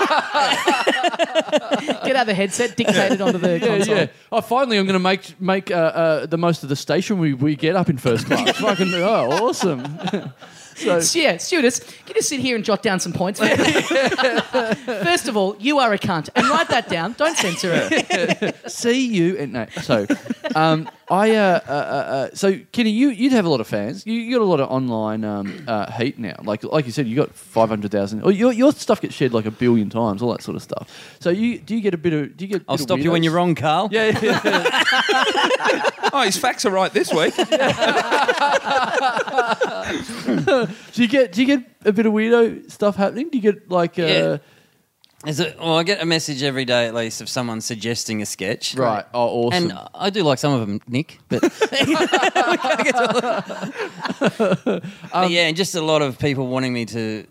Get out the headset, dictate it onto the yeah, console. yeah. Oh, finally, I'm going to make make uh, uh, the most of the station we, we get up in first class. fucking oh, awesome! Yeah, students, can you sit here and jot down some points? First of all, you are a cunt, and write that down. Don't censor it. See you and no. So, um, I uh, uh, uh, uh, so Kenny, you you'd have a lot of fans. You, you got a lot of online um, uh, heat now. Like like you said, you got five hundred thousand. Or your your stuff gets shared like a billion times. All that sort of stuff. So you do you get a bit of do you get? a I'll bit of stop you when weirdos? you're wrong, Carl. Yeah, yeah, yeah. Oh, his facts are right this week. do you get do you get a bit of weirdo stuff happening? Do you get like uh, Yeah. Is it, well, I get a message every day at least of someone suggesting a sketch. right? Oh, awesome. And I do like some of them, Nick. But, Um, But yeah, and just a lot of people wanting me to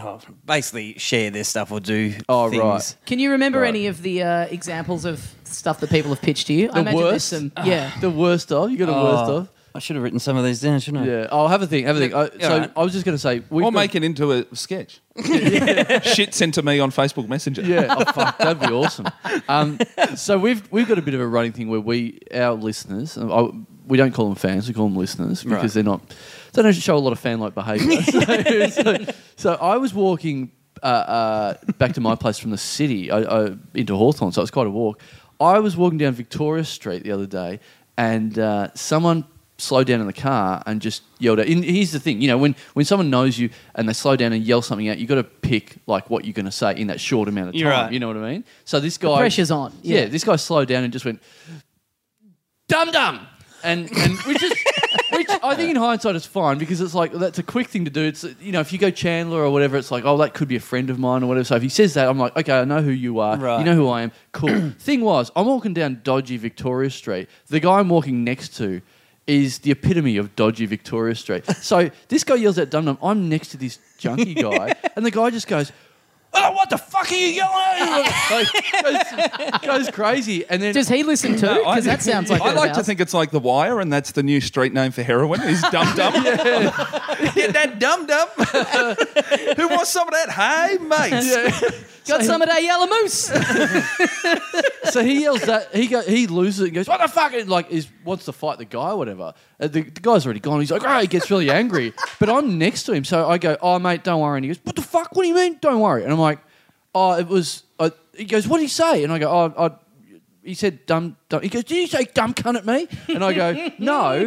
oh, basically share their stuff or do Oh, things. right. Can you remember Right. any of the uh, examples of stuff that people have pitched to you? I The imagine there's worst? some. Yeah. the worst of you got a worst Oh, of. I should have written some of these down, shouldn't I? Yeah, I'll have a think. Have a think. I, Yeah, so alright. I was just going to say, we or make it into a sketch. Shit sent to me on Facebook Messenger. Yeah, oh, fuck, that'd be awesome. Um, so we've we've got a bit of a running thing where we our listeners, uh, I, we don't call them fans, we call them listeners because Right. they're not they don't show a lot of fan like behaviour. so, so, so I was walking uh, uh, back to my place from the city I, I, into Hawthorne, so it was quite a walk. I was walking down Victoria Street the other day, and uh, someone slowed down in the car and just yelled out. And here's the thing, you know, when, when someone knows you and they slow down and yell something out, you've got to pick like what you're going to say in that short amount of time. You're right. You know what I mean? So this guy pressure's on, Yeah. yeah. this guy slowed down and just went dum dum, and and which is which I think in hindsight is fine because it's like that's a quick thing to do. It's you know if you go Chandler or whatever, it's like oh that could be a friend of mine or whatever. So if he says that, I'm like okay, I know who you are. Right. You know who I am. Cool. thing was, I'm walking down dodgy Victoria Street. The guy I'm walking next to. Is the epitome of dodgy Victoria Street. So this guy yells at Dum Dum. I'm next to this junkie guy, and the guy just goes, "Oh, what the fuck are you yelling?" at?" like, goes, goes crazy, and then Does he listen too? I- Because that sounds like I a like to mouse. think it's like The Wire, and that's the new street name for heroin is Dum Dum. Get that Dum Dum. Who wants some of that? Hey, mate. Got some of that yellow moose. so he yells that he go, he loses it and goes, "What the fuck?" And like is wants to fight the guy, or whatever. Uh, the, the guy's already gone. He's like, "Oh," he gets really angry. But I'm next to him, so I go, "Oh, mate, don't worry." And he goes, "What the fuck? What do you mean? Don't worry?" And I'm like, "Oh, it was." I, he goes, "What did he say?" And I go, "Oh, I." He said, "Dumb." dumb. He goes, "Did you say dumb cunt at me?" And I go, "No."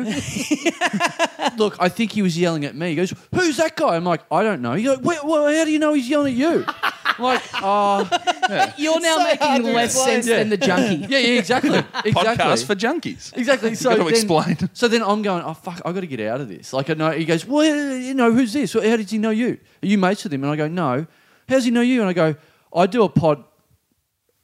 Look, I think he was yelling at me. He goes, "Who's that guy?" I'm like, "I don't know." He goes, "Well, well how do you know he's yelling at you?" I'm like, "Ah, You're now So hard making to less explain. sense than the junkie. yeah, yeah, exactly, exactly." Podcast for junkies. Exactly. So gotta then, explain. So then I'm going, oh fuck, I got to get out of this. Like I know he goes, well, you know, who's this? How did he know you? Are you mates with him? And I go, no. How does he know you? And I go, I do a pod.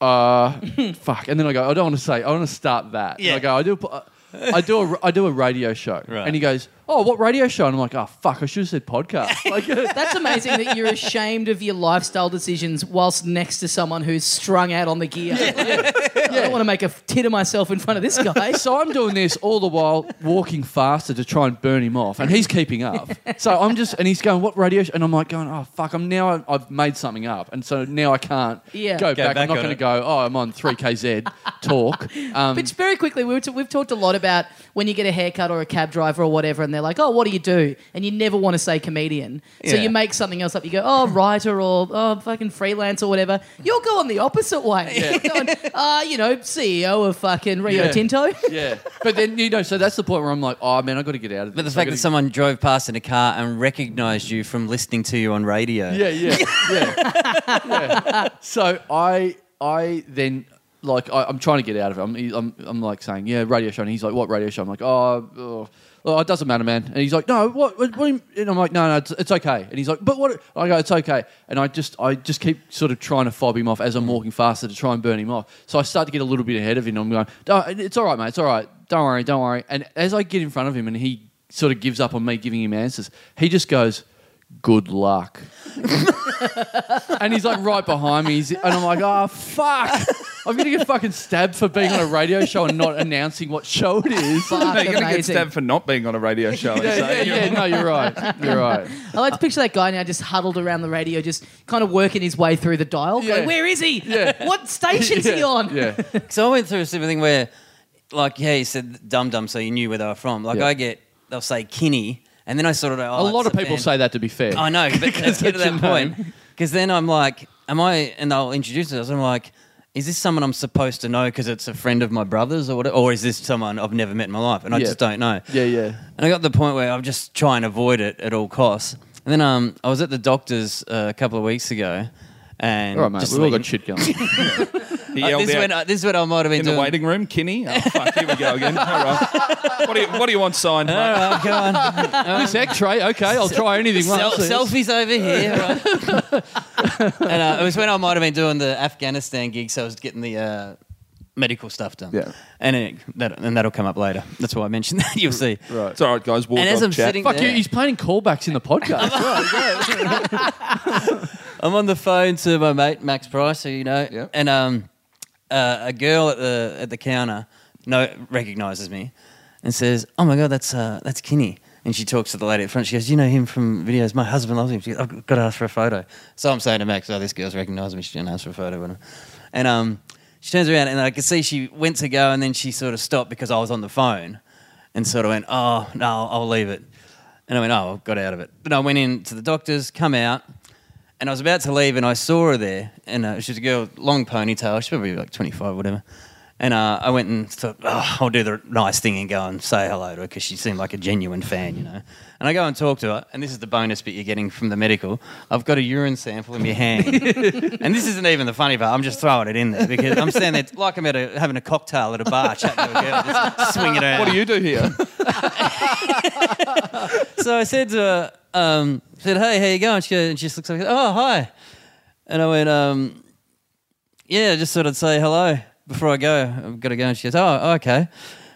Uh, fuck. And then I go, I don't want to say. I want to start that. And Yeah. I go, I do. A, po- I do a, I do a radio show. Right. And he goes, oh, what radio show? And I'm like, oh fuck, I should have said podcast. Like, That's amazing that you're ashamed of your lifestyle decisions whilst next to someone who's strung out on the gear. I don't want to make a tit of myself in front of this guy. so I'm doing this all the while walking faster to try and burn him off, and he's keeping up. So I'm just, and he's going, "What radio?" sh-" And I'm like, going, "Oh fuck!" I'm now I've made something up, and so now I can't Yeah. go, back. back I'm not on going to it. go. Oh, I'm on three kz talk. Um, But just very quickly, we were t- we've talked a lot about when you get a haircut or a cab driver or whatever, and they're like, "Oh, what do you do?" And you never want to say comedian, so Yeah. you make something else up. You go, "Oh, writer or oh, fucking freelance or whatever." You'll go on the opposite way. You're going, uh, you know, CEO of fucking Rio Yeah. Tinto. yeah, but then you know, so that's the point where I'm like, "Oh man, I got to get out of this." But the I fact gotta- that someone drove past in a car and recognised you from listening to you on radio. Yeah, yeah, yeah. yeah. So I, I then like I, I'm trying to get out of it. I'm, I'm, I'm like saying, yeah, radio show. And he's like, what radio show? I'm like, oh, oh, oh, it doesn't matter, man. And he's like, no, what? what, what do you-" and I'm like, no, no, it's, it's okay. And he's like, but what? I go, it's okay. And I just, I just keep sort of trying to fob him off as I'm walking faster to try and burn him off. So I start to get a little bit ahead of him. I'm going, "No, it's all right, mate. It's all right. Don't worry, don't worry. And as I get in front of him, and he sort of gives up on me giving him answers, he just goes, good luck and he's like right behind me. He's, and I'm like, oh, fuck. I'm going to get fucking stabbed for being on a radio show and not announcing what show it is. Fuck, You're going to get amazing. stabbed for not being on a radio show. Yeah, so yeah, you're- yeah, no, you're right. You're right. I like to picture that guy now just huddled around the radio, just kind of working his way through the dial. Yeah. Going, where is he? Yeah. What station's he Yeah, on? Yeah. So I went through a similar thing where, like, yeah, you said dum dum, so you knew where they were from. Like, Yeah. I get, they'll say Kinney, and then I sort of go, A oh, lot that's of the people band. say that, to be fair. I know, but let's get to that's that your point. Because then I'm like, am I, and they'll introduce us, I'm like, is this someone I'm supposed to know because it's a friend of my brother's or whatever? Or is this someone I've never met in my life and I Yeah. just don't know? Yeah, yeah. And I got to the point where I'm just trying to avoid it at all costs. And then um, I was at the doctor's uh, a couple of weeks ago. And All right, mate. just We've all like- got shit going. He Uh, yelled this, is out when, I- this is what I might have been in doing. the waiting room, Kinney. Oh, fuck, here we go again. All right. What do you, what do you want signed, mate? All right, go on. this X-ray, okay, I'll try anything. Sel- once. selfies over here. and uh, it was when I might have been doing the Afghanistan gig, so I was getting the uh, medical stuff done. Yeah. and it, that, and that'll come up later. That's why I mentioned that. You'll see. Right. It's all right, guys. War And dog as I'm chat. sitting- Fuck you. Yeah. He's playing callbacks in the podcast. I'm on the phone to my mate Max Price, who you know, Yeah. and um, uh, a girl at the at the counter no recognizes me and says, "Oh my god, that's uh, that's Kinney." And she talks to the lady at front. She goes, "You know him from videos. My husband loves him." She goes, "I've got to ask for a photo." So I'm saying to Max, "Oh, this girl's recognised me. She didn't ask for a photo." whatever." And um, she turns around and I could see she went to go and then she sort of stopped because I was on the phone, and sort of went, "Oh no, I'll leave it." And I went, "Oh, I got out of it." Then I went in to the doctor's, come out, and I was about to leave, and I saw her there, and uh, she was a girl, long ponytail. She's probably like 25 or whatever. And uh, I went and thought, oh, I'll do the nice thing and go and say hello to her because she seemed like a genuine fan, you know. And I go and talk to her, and this is the bonus bit you're getting from the medical. I've got a urine sample in my hand, and this isn't even the funny part. I'm just throwing it in there because I'm standing there like I'm at a, having a cocktail at a bar, chatting to a girl, just swinging it around. What do you do here? so I said to her, um, said, "Hey, how you going?" She goes, and she just looks like, "Oh, hi." And I went, um, "Yeah, I just thought I'd say hello before I go. I've got to go." And she goes, "Oh, okay."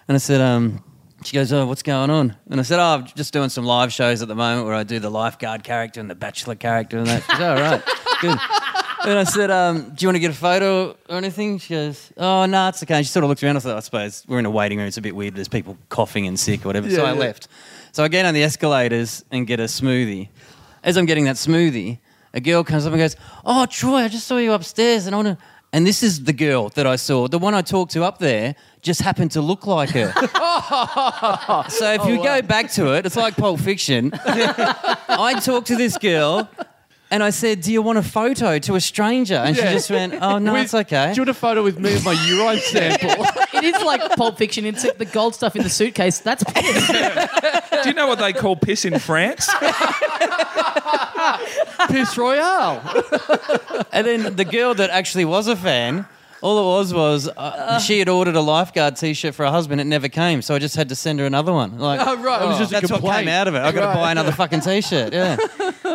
And I said, um, "She goes, oh, what's going on?" And I said, "Oh, I'm just doing some live shows at the moment where I do the lifeguard character and the bachelor character and that." She goes, "Oh, right, good." And I said, um, "Do you want to get a photo or anything?" She goes, "Oh, no, it's okay." And she sort of looks around. I thought, "I suppose we're in a waiting room. It's a bit weird. There's people coughing and sick or whatever." so Yeah, I yeah. left. So I get on the escalators and get a smoothie. As I'm getting that smoothie, a girl comes up and goes, "Oh, Troy, I just saw you upstairs, and I want to." And this is the girl that I saw. The one I talked to up there just happened to look like her. so if you go back to it, it's like Pulp Fiction. I talked to this girl. and I said, "Do you want a photo?" to a stranger, and Yeah. she just went, "Oh no, it's okay." Do you want a photo with me of my urine sample? It is like Pulp Fiction, except the gold stuff in the suitcase. That's piss. Do you know what they call piss in France? Piss Royale. And then the girl that actually was a fan, all it was was uh, she had ordered a lifeguard T-shirt for her husband. It never came, so I just had to send her another one. Like, Oh, right, it was just a that's what complaint. came out of it. I got to buy another fucking T-shirt. Yeah,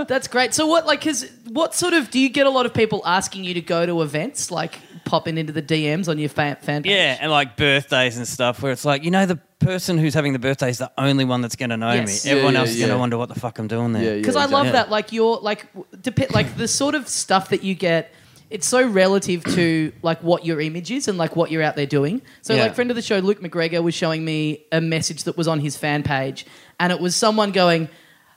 That's great. So what, like, cause what sort of do you get a lot of people asking you to go to events, like popping into the DMs on your fan, fan page? yeah, and like birthdays and stuff, where it's like, you know, the person who's having the birthday is the only one that's going to know Yes. me. Yeah, Everyone yeah, else is going yeah. to wonder what the fuck I'm doing there. Yeah, yeah. because I love exactly. that. Like your like w- depi- like the sort of stuff that you get. It's so relative to like what your image is and like what you're out there doing. So Yeah. like friend of the show Luke McGregor was showing me a message that was on his fan page, and it was someone going.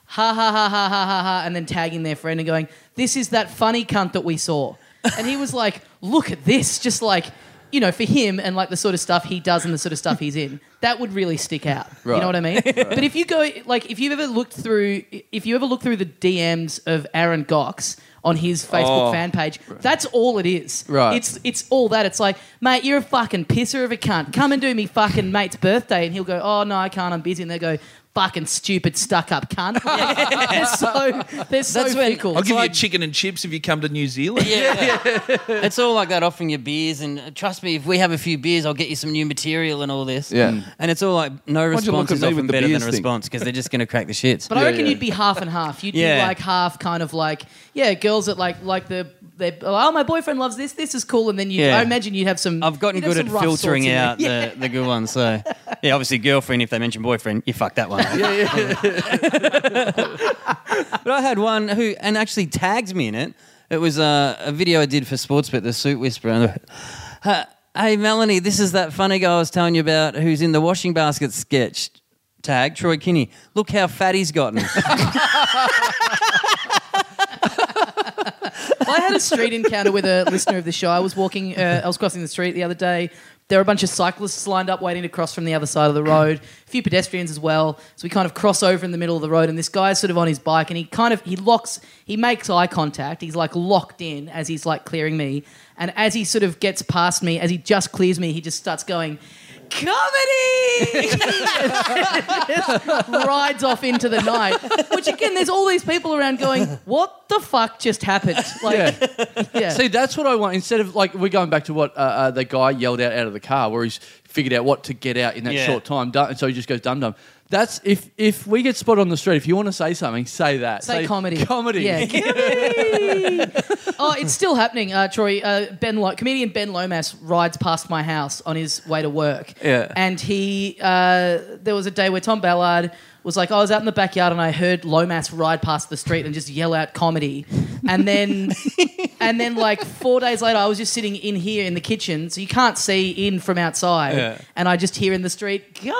Ha ha ha ha ha ha ha, and then tagging their friend and going, "This is that funny cunt that we saw," and he was like, "Look at this!" Just like, you know, for him and like the sort of stuff he does and the sort of stuff he's in, that would really stick out. You Right. know what I mean? But if you go like if you've ever looked through if you ever look through the DMs of Aaron Gox on his Facebook Oh. fan page, that's all it is. Right. It's it's all that. It's like, mate, you're a fucking pisser of a cunt. Come and do me fucking mate's birthday, and he'll go, oh no, I can't. I'm busy, and they go. Fucking stupid, stuck up cunt. they're so, they're so That's when- fickle. I'll It's give like- you chicken and chips if you come to New Zealand. Yeah, it's all like that. Offering your beers, and uh, trust me, if we have a few beers, I'll get you some new material and all this. Yeah. Mm. and it's all like no Why'd you look response at is me often with the better than beers a thing? response because they're just going to crack the shits. But I Yeah, reckon yeah. you'd be half and half. You'd be Yeah. like half kind of like, yeah, girls that like like the they oh my boyfriend loves this, this is cool, and then you Yeah. I imagine you'd have some I've gotten you'd have good at some rough sorts filtering in there. out the, the good ones. So, yeah, obviously, girlfriend, if they mention boyfriend, you fuck that one. yeah, yeah. but I had one who, and actually tagged me in it. It was uh, a video I did for Sportsbet, the Suit Whisperer. And, uh, hey, Melanie, this is that funny guy I was telling you about who's in the washing basket sketch. Tag Troy Kinney. Look how fat he's gotten. I had a street encounter with a listener of the show. I was walking, uh, I was crossing the street the other day. There were a bunch of cyclists lined up waiting to cross from the other side of the road. A few pedestrians as well. So we kind of cross over in the middle of the road, and this guy's sort of on his bike, and he kind of he locks, he makes eye contact. He's like locked in as he's like clearing me, and as he sort of gets past me, as he just clears me, he just starts going. Comedy rides off into the night, which again, there's all these people around going, "What the fuck just happened?" Like, yeah. See, that's what I want. Instead of like, we're going back to what uh, uh, the guy yelled out out of the car, where he's figured out what to get out in that Yeah. short time, dun- and so he just goes dum dum. That's if if we get spotted on the street. If you want to say something, say that. Say comedy. Comedy. Yeah. comedy. oh, it's still happening, uh, Troy. Uh, ben Lo- comedian Ben Lomas rides past my house on his way to work. Yeah. And he, uh, there was a day where Tom Ballard was like, I was out in the backyard and I heard Lomas ride past the street and just yell out comedy. And then, and then like four days later, I was just sitting in here in the kitchen, so you can't see in from outside. Yeah. And I just hear in the street, comedy.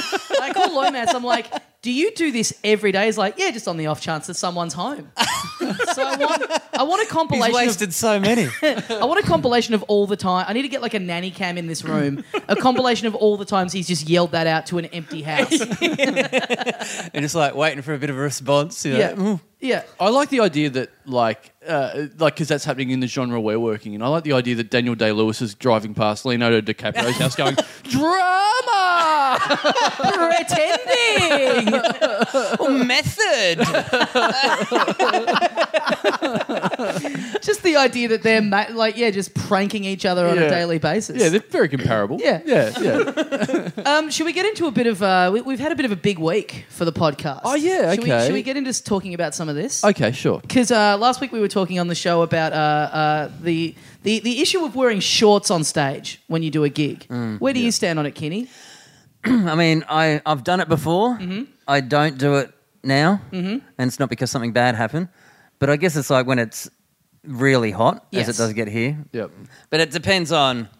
And I call Lomas, I'm like, do you do this every day? He's like, yeah, just on the off chance that someone's home. so I want, I want a he's compilation. of- wasted so many. I want a compilation of all the time. I need to get like a nanny cam in this room. A compilation of all the times he's just yelled that out to an empty house. and just like waiting for a bit of a response. You know? Yeah. Yeah. I like the idea that like uh, like because that's happening in the genre we're working in. I like the idea that Daniel Day Lewis is driving past Leonardo DiCaprio's house, going drama. Pretending. Method. just the idea that they're ma- like, yeah, just pranking each other on Yeah. a daily basis. yeah, they're very comparable. Yeah. yeah, yeah. Um, should we get into a bit of? Uh, we, we've had a bit of a big week for the podcast. Oh, yeah, Should we, okay. Oh, should we get into s- talking about some of this? Okay, sure. Because uh, last week we were talking on the show about uh, uh, the, the the issue of wearing shorts on stage when you do a gig. Mm, Where do you stand on it, Kenny? I mean, I, I've done it before. Mm-hmm. I don't do it now. Mm-hmm. And it's not because something bad happened. But I guess it's like when it's really hot, Yes. as it does get here. Yep. But it depends on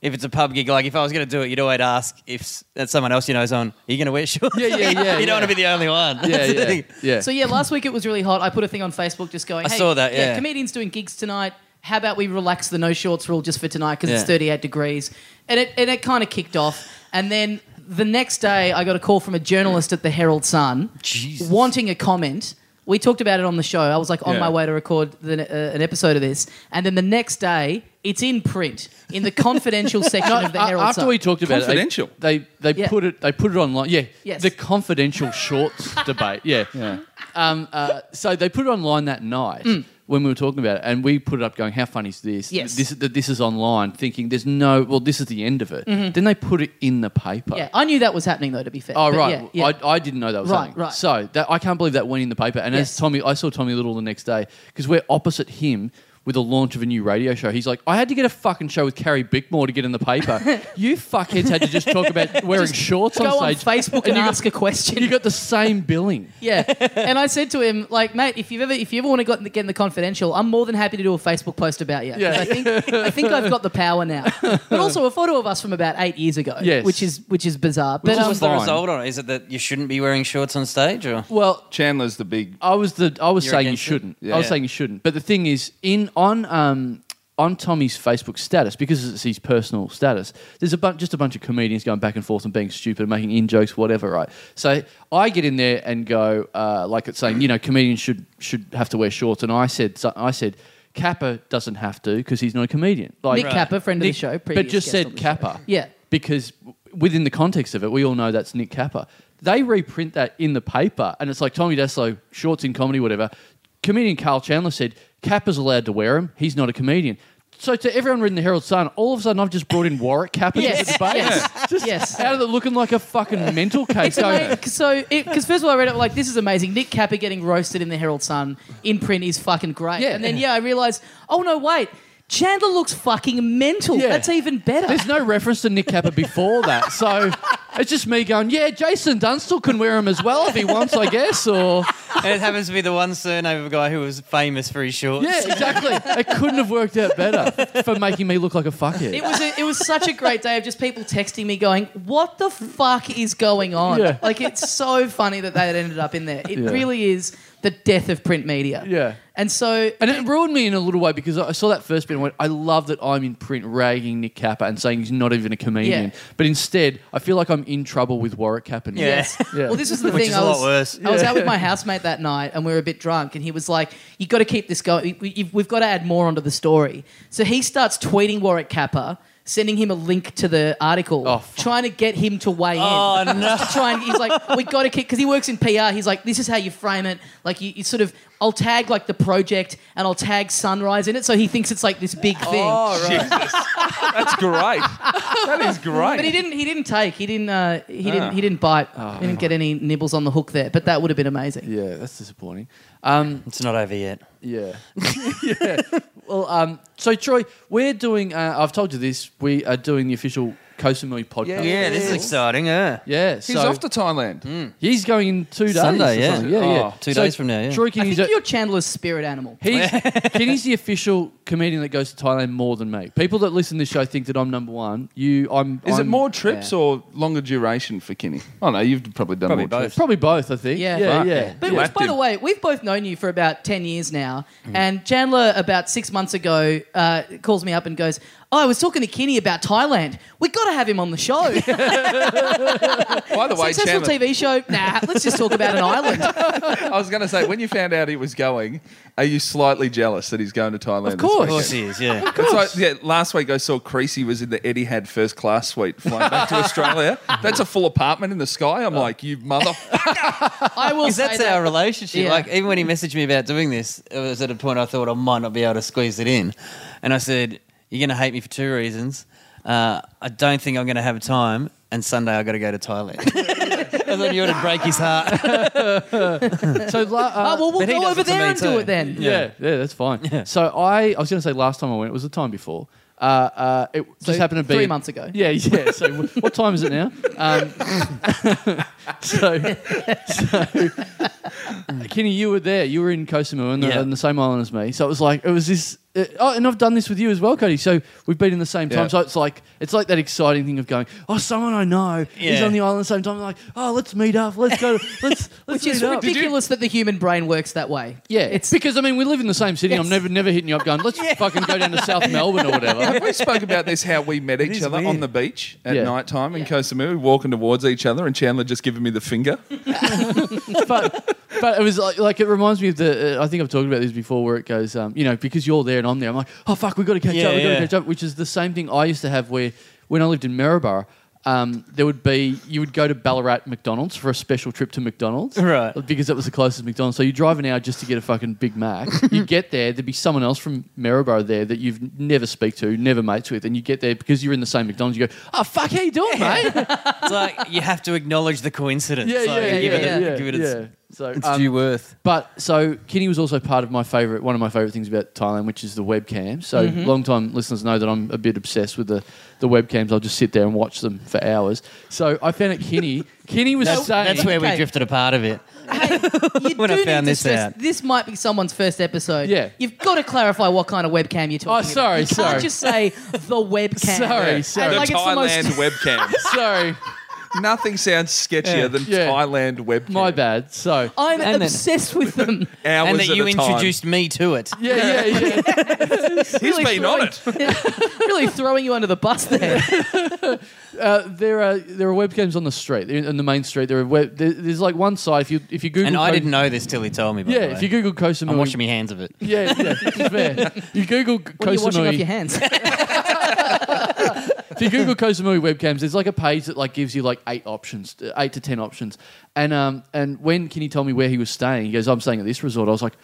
if it's a pub gig. Like, if I was going to do it, you'd always ask if s- that someone else you know is on, are you going to wear shorts? Yeah, yeah, yeah, you yeah. don't want to be the only one. Yeah, That's the yeah, thing. yeah. So yeah, last week it was really hot. I put a thing on Facebook just going, I hey, saw that, yeah. comedians doing gigs tonight. How about we relax the no shorts rule just for tonight because it's Yeah. 38 degrees." And it and it kind of kicked off. And then the next day, I got a call from a journalist at the Herald Sun Jesus. wanting a comment We talked about it on the show. I was like on Yeah. my way to record the, uh, an episode of this, and then the next day it's in print in the confidential section of the A- Herald after Sun. we talked about Confidential. it, they they, they Yeah. put it they put it online. Yeah, Yes. the confidential shorts debate. Yeah, Yeah. Um, uh, so they put it online that night when we were talking about it, and we put it up, going, "How funny is this? Mm. Yes. this that this is online." Thinking there's no well, this is the end of it. Then they put it in the paper. Mm-hmm. yeah, I knew that was happening though. To be fair. Oh But right, yeah, yeah. I, I didn't know that was Right, happening. right. So that, I can't believe that went in the paper. And Yes. as Tommy, I saw Tommy Little the next day because we're opposite him with the launch of a new radio show. He's like, I had to get a fucking show with Carrie Bickmore to get in the paper. you fuckheads had to just talk about wearing shorts Go on on stage. Facebook and, you got- ask a question. you got the same billing. Yeah, and I said to him, like, mate, if you ever if you ever want to get, get in the confidential, I'm more than happy to do a Facebook post about you. 'Cause Yeah. I think I think I've got the power now. But also a photo of us from about eight years ago, Yes. which is which is bizarre. But is um, was What's the fine. result on it? Is it that you shouldn't be wearing shorts on stage or? Well, Chandler's the big. I was the I was You're saying you against it? shouldn't. I Yeah. was saying you shouldn't. But the thing is, in on um on Tommy's Facebook status because it's his personal status. There's a bunch just a bunch of comedians going back and forth and being stupid, making in jokes, whatever. Right. So I get in there and go uh, like it's saying you know comedians should should have to wear shorts, and I said so I said. Kappa doesn't have to because he's not a comedian. Like Nick Kappa, friend of Nick- the show, but previous just guest on said the show. Kappa. Yeah. Because w- within the context of it, we all know that's Nick Kappa. They reprint that in the paper, and it's like Tommy Daslow, shorts in comedy, whatever. Comedian Carl Chandler said, Kappa's allowed to wear him. He's not a comedian. So to everyone reading the Herald Sun, all of a sudden I've just brought in Warwick Kappa Yes, to the debate. yes, Just yes. out of it looking like a fucking mental case. it's going, amazing. So, because first of all, I read it like this is amazing. Nick Capper getting roasted in the Herald Sun in print is fucking great. Yeah. And then yeah, I realized, oh no, wait, Chandler looks fucking mental. Yeah. That's even better. There's no reference to Nick Capper before that, so it's just me going, yeah, Jason Dunstall can wear him as well if he wants, I guess, or and it happens to be the one surname of a guy who was famous for his shorts. yeah, exactly. It couldn't have worked out better for making me look like a fuckhead. It was a, it was such a great day of just people texting me going, "What the fuck is going on?" Yeah. Like it's so funny that that ended up in there. It Yeah. really is the death of print media. Yeah. and so and it ruined me in a little way because I saw that first bit and went, I love that I'm in print ragging Nick Capper and saying he's not even a comedian. Yeah. But instead, I feel like I'm in trouble with Warwick Capper. now. Yeah. Yes. Yeah. Well, this was the Which thing. is I a lot was, worse. I was Yeah. out with my housemate that night, and we were a bit drunk, and he was like, "You got to keep this going. We- We've, we've got to add more onto the story." So he starts tweeting Warwick Kappa, sending him a link to the article, Oh, fuck. trying to get him to weigh Oh, in. no. To try and he's like, "We got to keep," because he works in PR. He's like, "This is how you frame it. Like you, you sort of." I'll tag like the project and I'll tag sunrise in it, so he thinks it's like this big thing. Oh, Jesus. That's great. That is great. But he didn't. He didn't take. He didn't. Uh, he Ah. didn't. He didn't bite. Oh, he didn't get any nibbles on the hook there. But that would have been amazing. Yeah, that's disappointing. Um, It's not over yet. Yeah. yeah. Well, um, so Troy, we're doing. Uh, I've told you this. We are doing the official Kosamui podcast. Yeah. Yeah, this is exciting. Yeah. Yeah, He's so Hmm. off to Thailand. he's going in two days. Sunday, or yeah. something. yeah, yeah. Oh, two So days from now, yeah. Troy I Kinney's, think a, you're Chandler's spirit animal. he's, Kinney's the official comedian that goes to Thailand more than me. People that listen to this show think that I'm number one. You, I'm. Is it I'm- more trips or longer duration for Kinney? Oh no, you've probably done Probably more trips. both. Probably both. I think. Yeah. yeah, Fuck, yeah. But Yeah. which, by the way, we've both known you for about 10 years now. And Chandler, about six months ago, uh, calls me up and goes, Oh, I was talking to Kinney about Thailand. we got to have him on the show. By the way, Successful Chandler, TV show. Nah, let's just talk about an island. I was going to say when you found out he was going, are you slightly jealous that he's going to Thailand? Of course. Of course he is, yeah. It's like, yeah, last week I saw Creasy was in the Eddie had first class suite flying back to Australia. That's a full apartment in the sky. I'm like, you mother. I will Because say that's that. Uh, our relationship. Yeah. Like, even when he messaged me about doing this, it was at a point I thought I might not be able to squeeze it in. And I said, You're going to hate me for two reasons. Uh, I don't think I'm going to have time, and Sunday i got to go to Thailand. I thought you would break his heart. So la- uh, Oh, well, we'll But he go does over it to there me and do too. it then. Yeah, yeah, that's fine. So I, I was going to say last time I went, it was the time before. Uh, uh, it just happened to be three months ago. Yeah, yeah. So w- what time is it now? Um, so, so Kenny, you were there. You were in Koh Samui on the, Yeah. on the same island as me. So it was like it was this. Uh, oh, and I've done this with you as well, Cody. So we've been in the same time. Yeah. So it's like it's like that exciting thing of going. Oh, someone I know is Yeah. on the island at the same time. Like, oh, let's meet up. Let's go. Let's let's Which meet is up. ridiculous that the human brain works that way. Yeah, It's because I mean we live in the same city. I'm Yes. never never hitting you up going, let's fucking go down to South Melbourne or whatever. Have we spoke about this? How we met each is other weird. on the beach at Yeah. night time in Yeah. Koh Samui, walking towards each other, and Chandler just giving me the finger. But But it was like, like it reminds me of the. Uh, I think I've talked about this before, where it goes, um, you know, because you're there and I'm there. I'm like, oh fuck, we got to catch Yeah, up. We got yeah. to catch up, which is the same thing I used to have where when I lived in Maryborough. Um, there would be you would go to Ballarat McDonald's for a special trip to McDonald's, Right. Because that was the closest McDonald's. So you drive an hour just to get a fucking Big Mac. you get there, there'd be someone else from Maryborough there that you've never speak to, never mates with, and you get there because you're in the same McDonald's. You go, oh fuck, how you doing, mate? It's like you have to acknowledge the coincidence. yeah, Like, yeah, yeah, give it, yeah, a- give it its, yeah. So its um, due worth. But so Kinney was also part of my favorite, one of my favorite things about Thailand, which is the webcam. So Mm-hmm. long time listeners know that I'm a bit obsessed with the, the webcams. I'll just sit there and watch them for hours. So I found at Kinney, Kinney was That's, saying, that's where we Okay. drifted apart a bit. Hey, you When do I need found to this stress- out. This might be someone's first episode. Yeah. You've got to clarify what kind of webcam you're talking about. sorry, You sorry. can't just say the webcam. Sorry, And sorry. the like it's the most- Thailand webcams. sorry, Nothing sounds sketchier Yeah. than Yeah. Thailand webcams. my bad. So I'm And then- obsessed with them. Hours and that at you a time. introduced me to it. yeah, yeah, yeah. He's been on it. really throwing you under the bus there. Uh, there are there are webcams on the street, in in the main street. There are web, there, there's like one site if you if you Google And I Ko- didn't know this till he told me. By Yeah, the way. if you Google Koh Samui, I'm washing my hands of it. Yeah, yeah, it's fair. You Google When Koh you're washing off Samui- your hands. if you Google Kosamui webcams, there's like a page that like gives you like eight options, uh, eight to ten options. And um, and when Kenny told me where he was staying, he goes, "I'm staying at this resort." I was like,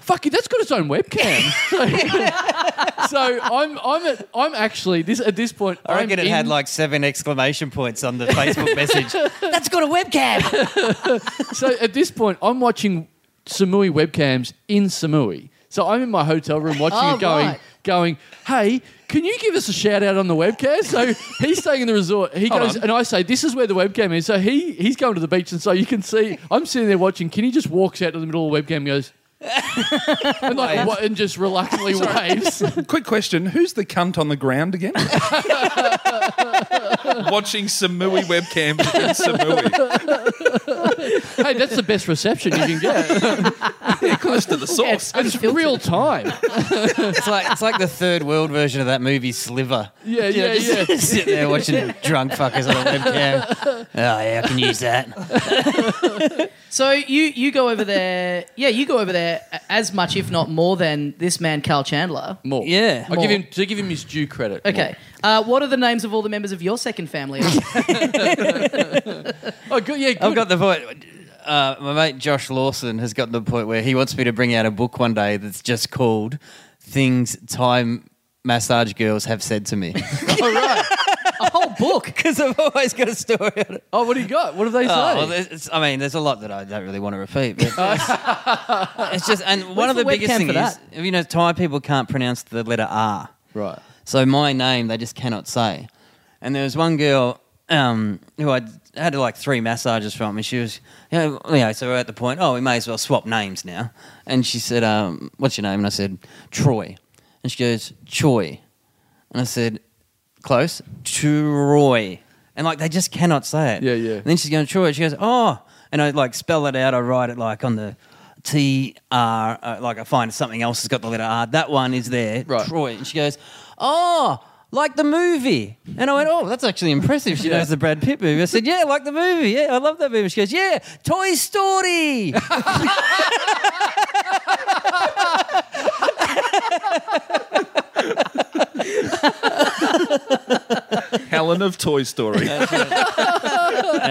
"Fuck it, that's got its own webcam." so, so I'm I'm at, I'm actually this at this point. I I'm reckon it in- had like seven exclamation points on the Facebook message. That's got a webcam. so at this point, I'm watching Samui webcams in Samui. So I'm in my hotel room watching Oh, it going, right. going, hey, can you give us a shout out on the webcam? So he's staying in the resort. He Hold goes, on. and I say, this is where the webcam is. So he he's going to the beach. And so you can see, I'm sitting there watching. Kenny just walks out to the middle of the webcam and goes, and, like, wa- and just reluctantly waves. Quick question: Who's the cunt on the ground again? Watching Samui webcams in Samui, hey, that's the best reception you can get. yeah, close to the source. It's real time. It's like it's like the third world version of that movie Sliver. Yeah, You yeah, know, yeah. just Sit there watching drunk fuckers on a webcam. Oh yeah, I can use that. So you you go over there, yeah, you go over there a- as much, if not more, than this man Carl Chandler. More. Yeah. I give More. him to give him his due credit. Okay, uh, what are the names of all the members of your second family? Oh, good. Yeah, good. I've got the point. Uh, my mate Josh Lawson has gotten to the point where he wants me to bring out a book one day that's just called "Things Time Massage Girls Have Said to Me" All right. a whole book. because I've always got a story on it. Oh, what do you got? What have they say? Oh, well, there's- it's, I mean, there's a lot that I don't really want to repeat. But it's, it's just, and one of the the biggest webcam things for is, you know, Thai people can't pronounce the letter R. right. So my name, they just cannot say. And there was one girl um, who I had like three massages from, and she was, you know, you know, so we're at the point, oh, we may as well swap names now. And she said, um, what's your name? And I said, Troy. And she goes, Choi. And I said, close, Troy. And like they just cannot say it. Yeah, yeah. And then she's going, Troy. She goes, oh. And I like spell it out. I write it like on the T R, uh, like I find something else that's got the letter R. That one is there. Right. Troy. And she goes, Oh, like the movie. And I went, Oh, that's actually impressive. She knows the Brad Pitt movie. I said, Yeah, like the movie. Yeah, I love that movie. She goes, Yeah, Toy Story. Helen of Toy Story. and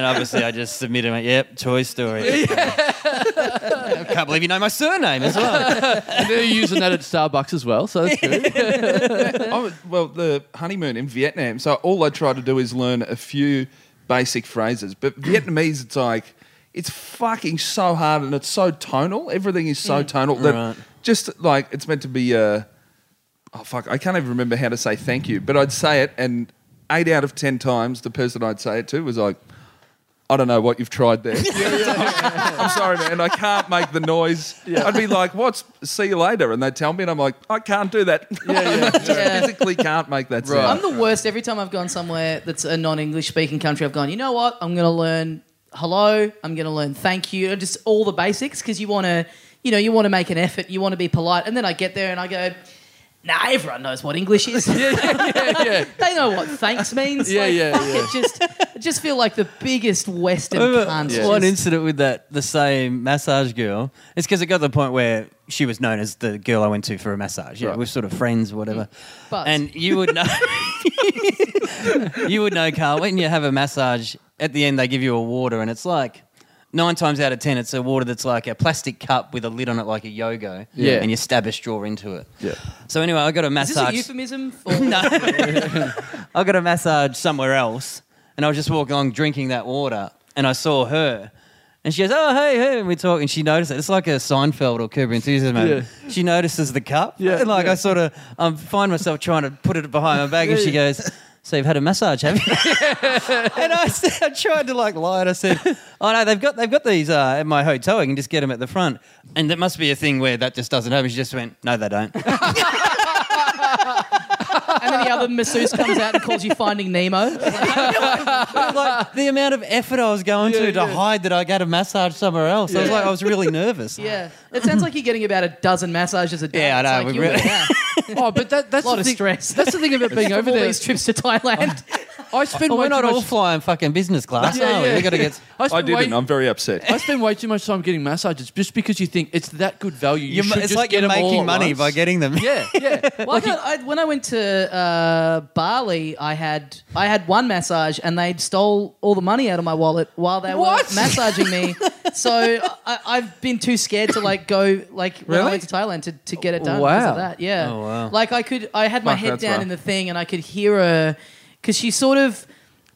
obviously, I just submitted my, Yep, Toy Story. I can't believe you know my surname as well. And they're using that at Starbucks as well, so that's good. I was, well, the honeymoon in Vietnam. So all I try to do is learn a few basic phrases. But Vietnamese, it's like it's fucking so hard and it's so tonal. Everything is so tonal that Right. just like it's meant to be. Uh, oh fuck! I can't even remember how to say thank you. But I'd say it, and eight out of ten times, the person I'd say it to was like. I don't know what you've tried there. I'm sorry, man. I can't make the noise. I'd be like, "What's? See you later," and they tell me, and I'm like, "I can't do that. I just Yeah. physically can't make that sound." I'm the worst. Every time I've gone somewhere that's a non-English speaking country, I've gone. You know what? I'm going to learn hello. I'm going to learn thank you. Just all the basics because you want to, you know, you want to make an effort. You want to be polite. And then I get there and I go, Nah, everyone knows what English is. Yeah, yeah, yeah, yeah. they know what thanks means. Yeah, Like, yeah, fuck yeah. It just, I just feel like the biggest Western cunt. Yeah. One Just- incident with that the same massage girl. It's because it got to the point where she was known as the girl I went to for a massage. Yeah, Right. we're sort of friends, whatever. But- and you would know, you would know, Carl. When you have a massage, at the end they give you a water, and it's like. Nine times out of ten, it's a water that's like a plastic cup with a lid on it, like a yo-go, Yeah. and you stab a straw into it. Yeah. So anyway, I got a Is this a massage. euphemism for I got a massage somewhere else, and I was just walking along drinking that water, and I saw her, and she goes, "Oh, hey, hey!" And we talk, and she noticed it. It's like a Seinfeld or Cooper enthusiasm. moment. She notices the cup, Yeah, And like yeah. I sort of, I find myself trying to put it behind my back, and she goes. So you've had a massage, have you? and I, said, I tried to like lie, and I said, "Oh no, they've got they've got these uh, at my hotel. I can just get them at the front." And that must be a thing where that just doesn't happen. She just went, "No, they don't." and then the other masseuse comes out and calls you Finding Nemo. like the amount of effort I was going Yeah, to to yeah. hide that I got a massage somewhere else. I was Yeah. like, I was really nervous. Yeah, it sounds like you're getting about a dozen massages a day. Yeah, I know, It's like we you- really- yeah. Oh, but that, that's Lot the of thing- stress. That's the thing about being over From all there. these trips to Thailand. I spend Well, way Oh, we're not too all much. flying fucking business class, Yeah, are we? yeah. We gotta get. I I spend didn't. Way, I'm very upset. I spend way too much time getting massages just because you think it's that good value. You You're, should it's just like get you're them all making at money once. by getting them. Yeah, yeah. Well, I got- I- when I went to uh, Bali, I had I had one massage, and they stole all the money out of my wallet while they What? were massaging me. so I, I've been too scared to like go like when Really? I went to Thailand to, to get it done. because Wow. of that. Yeah. Oh, wow. Like I could, I had my Fuck, head that's down rough. in the thing, and I could hear her because she sort of.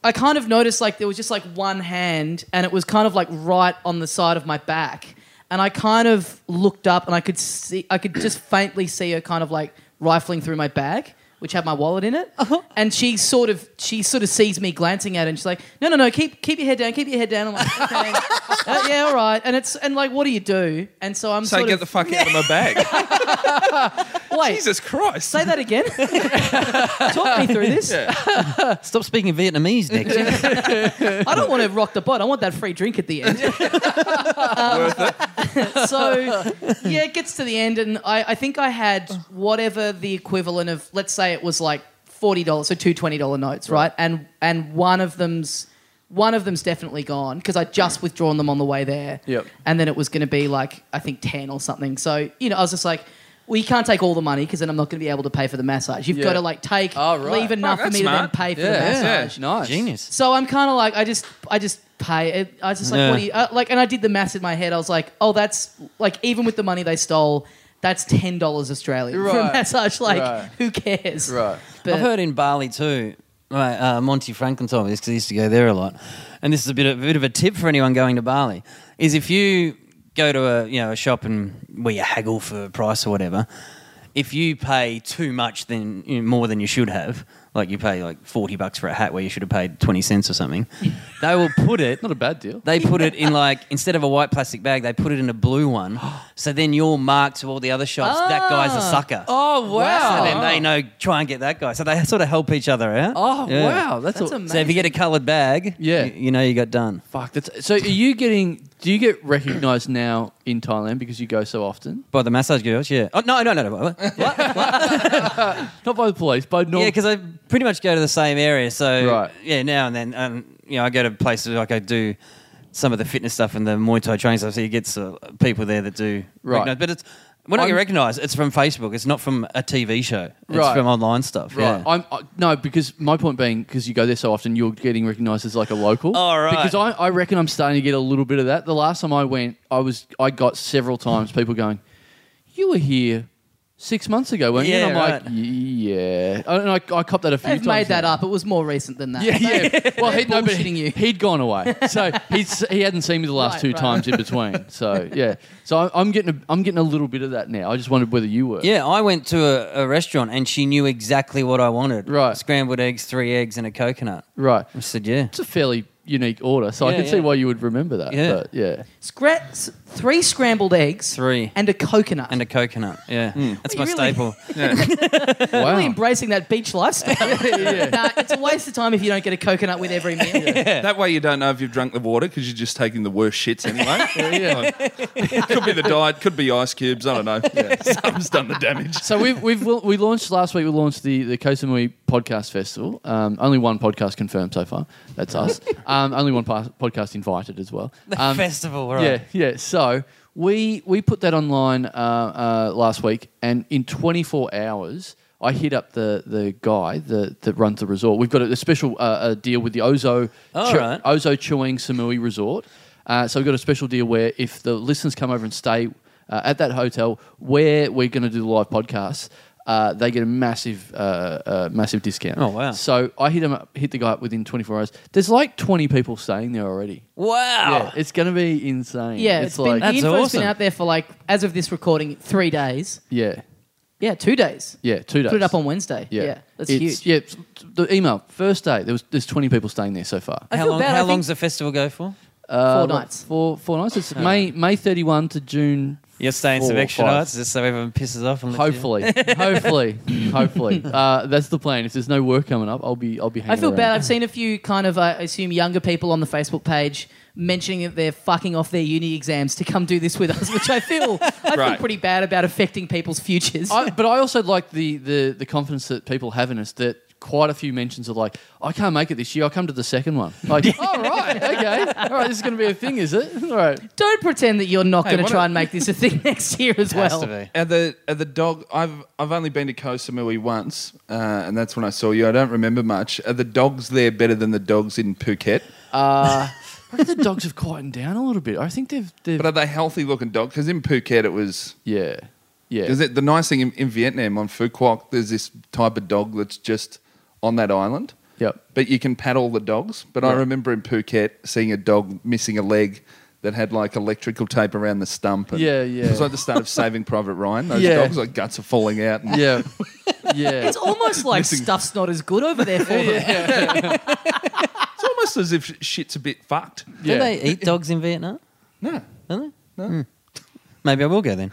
I kind of noticed like there was just like one hand, and it was kind of like right on the side of my back, and I kind of looked up, and I could see, I could just faintly see her kind of like rifling through my bag. Which had my wallet in it, Uh-huh. and she sort of she sort of sees me glancing at it, and she's like, "No, no, no, keep keep your head down, keep your head down." I'm like, "Okay, Uh, yeah, all right." And it's and like, what do you do? And so I'm Say, sort get of the fuck out of my bag. wait, Jesus Christ. Say that again. Talk me through this. Stop speaking Vietnamese, Nick. I don't want to rock the boat. I want that free drink at the end. Um, so, yeah, it gets to the end, and I, I think I had whatever the equivalent of, let's say it was like forty dollars, so two twenty dollar notes, right? And and one of them's one of them's definitely gone because I just withdrawn them on the way there. Yep. And then it was going to be like I think ten or something. So you know, I was just like. Well, you can't take all the money because then I'm not going to be able to pay for the massage. You've Yeah. got to like take, Oh, right. leave enough Oh, for me to that's then smart. pay for the Yeah, massage. yeah. massage. nice, Genius. So I'm kind of like, I just, I just pay. It. I was just like, Yeah. what do you uh, like? And I did the maths in my head. I was like, oh, that's like even with the money they stole, that's ten dollars Australian for a Right. massage. Like, Right. who cares? Right. But I've heard in Bali too. Right, uh, Monty Franklin told me this because he used to go there a lot. And this is a bit, of, bit of a tip for anyone going to Bali: is if you go to a you know a shop and where you haggle for a price or whatever, if you pay too much than you know, more than you should have, like you pay like forty bucks for a hat where you should have paid twenty cents or something, they will put it Not a bad deal. they put it in like instead of a white plastic bag, they put it in a blue one. So then you're marked to all the other shops. That guy's a sucker. Oh So wow! then they know try and get that guy. So they sort of help each other out. Oh Yeah. wow! That's, That's a, amazing. So if you get a coloured bag, Yeah. you, you know you got done. fuck. That's so. Are you getting? Do you get recognised now in Thailand because you go so often? By the massage girls, yeah. Oh no, no, no, no. What? Not by the police, by normal. Yeah, because I pretty much go to the same area. So Right. yeah, now and then, um, you know, I go to places like I do some of the fitness stuff and the Muay Thai training stuff. So you get uh, people there that do Right. recognise- But it's when I get I'm- recognised, it's from Facebook. It's not from a TV show. It's Right. from online stuff. Right. Yeah. I'm I, no because my point being because you go there so often, you're getting recognised as like a local. Oh, right. Because I, I reckon I'm starting to get a little bit of that. The last time I went, I was I got several times people going, "You were here six months ago, weren't you?" And Yeah, I'm right. like, "Yeah." And I, I copped that a few they've times. made that now. up. It was more recent than that. Yeah, yeah. Well, he'd no, but bullshitting he, you. he'd gone away, so he's he hadn't seen me the last Right, two right. times in between. So yeah, so I, I'm getting a, I'm getting a little bit of that now. I just wondered whether you were. Yeah, I went to a, a restaurant and she knew exactly what I wanted. Right. Scrambled eggs, three eggs, and a coconut. Right. I said, yeah. It's a fairly unique order, so I Yeah, can see yeah. why you would remember that. Yeah. But yeah. Scra- s- three scrambled eggs, Three. and a coconut. and a coconut. Yeah, Hmm. that's You my really- staple. Wow. Oh. really embracing that beach lifestyle. Nah, it's a waste of time if you don't get a coconut with every meal. That way you don't know if you've drunk the water because you're just taking the worst shits anyway. Like, could be the diet, could be ice cubes. I don't know. Something's done the damage. So we've, we've we launched last week. We launched the the Kosamui Podcast Festival. Um, only one podcast confirmed so far. That's us. um, only one pa- podcast invited as well. Um, Festival, right? yeah, yeah. So we we put that online uh, uh, last week, and in 24 hours, I hit up the the guy that that runs the resort. We've got a, a special uh, uh deal with the Ozo All Oh, right. Ozo Chewing Samui Resort. Uh, so we've got a special deal where if the listeners come over and stay uh, at that hotel where we're going to do the live podcasts. Uh, they get a massive, uh, uh, massive discount. Oh, wow. So I hit him up, hit the guy up within 24 hours. There's like 20 people staying there already. Wow. Yeah, it's going to be insane. Ah. Yeah, it's, it's been, like the That's info's awesome. been out there for like, as of this recording, three days. yeah, Yeah, two days. yeah, two days. Put it up on Wednesday. Yeah, that's It's- huge. Yeah, it's- the email first day there was there's 20 people staying there so far. I How feel long? bad, I How think- long's the festival go for? Uh, Four what, nights. Four four nights. It's May May 31 to June. You're staying some four, extra five. nights just so everyone pisses off and lets you- Hopefully, hopefully, hopefully. Uh, that's the plan. If there's no work coming up, I'll be I'll be. I Hanging feel around. bad. I've seen a few kind of, I assume, younger people on the Facebook page mentioning that they're fucking off their uni exams to come do this with us, which I feel I feel Right. pretty bad about affecting people's futures. I, but I also like the, the the confidence that people have in us that. Quite a few mentions are like, I can't make it this year. I'll come to the second one. Like, all right, okay, all right. This is going to be a thing, is it? All right. Don't pretend that you're not Hey, going to what try a- and make this a thing next year as Has well. to be. Are the are the dog? I've I've only been to Koh Samui once, uh, and that's when I saw you. I don't remember much. Are the dogs there better than the dogs in Phuket? Uh, I think the dogs have quietened down a little bit. I think they've. they've But are they healthy looking dogs? Because in Phuket it was. yeah. Yeah. Is it the nice thing in, in Vietnam on Phu Quoc? There's this type of dog that's just on that island. Yep. But you can paddle the dogs. But I Yeah. remember in Phuket seeing a dog missing a leg that had like electrical tape around the stump. And Yeah, yeah. It was like the start of Saving Private Ryan. Those Yeah. dogs, like guts are falling out. And yeah. Yeah. It's almost like Missing- stuff's not as good over there for them. It's almost as if shit's a bit fucked. yeah. Do they eat dogs in Vietnam? No. Do they? Hmm. Maybe I will go then.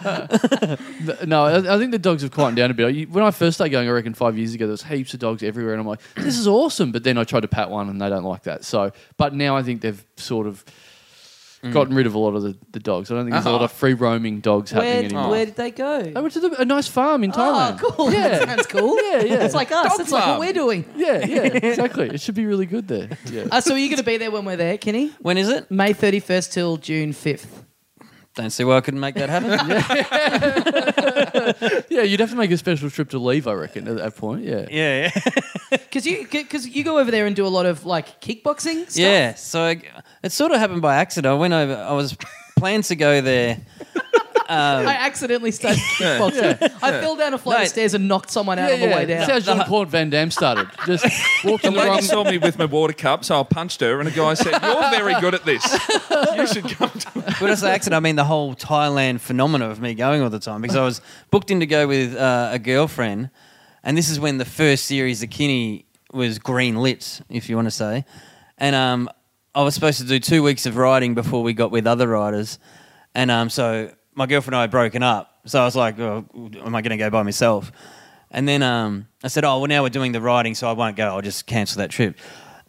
Th- No, I I think the dogs have quietened down a bit. You- When I first started going, I reckon five years ago, there was heaps of dogs everywhere, and I'm like, this is awesome. But then I tried to pat one, and they don't like that. So, but now I think they've sort of gotten rid of a lot of the, the dogs. I don't think there's a lot Mm. Uh-huh. of free roaming dogs happening Where, anymore. where did they go? I went to the, a nice farm in Thailand. Oh, cool. Yeah. That sounds cool. Yeah, yeah. It's like us. Dog it's like what farm. we're doing. Yeah, yeah, exactly. It should be really good there. Yeah. Uh, so are you going to be there when we're there, Kenny? When is it? May 31st till June 5th. Don't see why I couldn't make that happen. yeah, you'd have to make a special trip to leave, I reckon, at that point. Yeah. yeah, yeah. Because you, cause you go over there and do a lot of like kickboxing stuff. Yeah, so I, it sort of happened by accident. I went over. I was planned to go there. I accidentally started kickboxing. I fell down a flight No. of stairs and knocked someone out on the way down. That's how Jean-Claude Van Damme started. Just walked The in the lady wrong... saw me with my water cup, so I punched her, and a guy said, "You're very good at this. You should come to." When I say accident, I mean the whole Thailand phenomena of me going all the time because I was booked in to go with uh, a girlfriend, and this is when the first series of Kinney was green lit, if you want to say. And um, I was supposed to do two weeks of riding before we got with other riders, and um, so my girlfriend and I had broken up. So I was like, oh, "Am I going to go by myself?" And then um, I said, "Oh, well, now we're doing the riding, so I won't go. I'll just cancel that trip."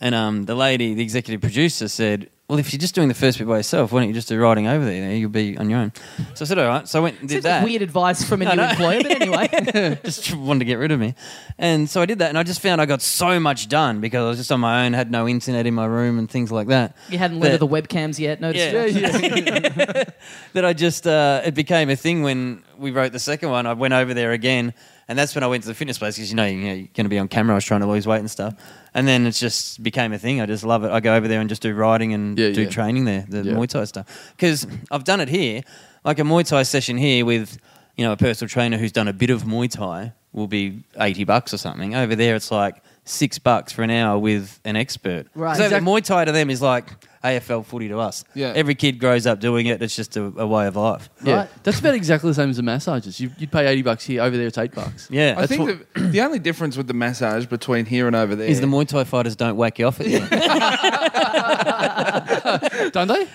And um, the lady, the executive producer, said, "Well, if you're just doing the first bit by yourself, why don't you just do riding over there? You'll be on your own." So I said, "All right." So I went and did Seems that. like weird advice from a new employer, but anyway. just wanted to get rid of me, and so I did that, and I just found I got so much done because I was just on my own, had no internet in my room, and things like that. You hadn't learned But- of the webcams yet, no Yeah. distraction. that I just uh, it became a thing when we wrote the second one. I went over there again, and that's when I went to the fitness place because you know, you know you're going to be on camera. I was trying to lose weight and stuff, and then it just became a thing. I just love it. I go over there and just do riding and Yeah, do yeah. training there, the Yeah. Muay Thai stuff, because I've done it here, like a Muay Thai session here with you know a personal trainer who's done a bit of Muay Thai will be eighty bucks or something. Over there, it's like. Six bucks for an hour with an expert. Right. So the Exact- Muay Thai to them is like AFL footy to us. Yeah. Every kid grows up doing it. It's just a, a way of life. Yeah, Right. that's about exactly the same as the massages. You, you'd pay eighty bucks here, over there it's eight bucks. Yeah. I That's think what- the, the only difference with the massage between here and over there is the Muay Thai fighters don't whack you off at the end. don't they?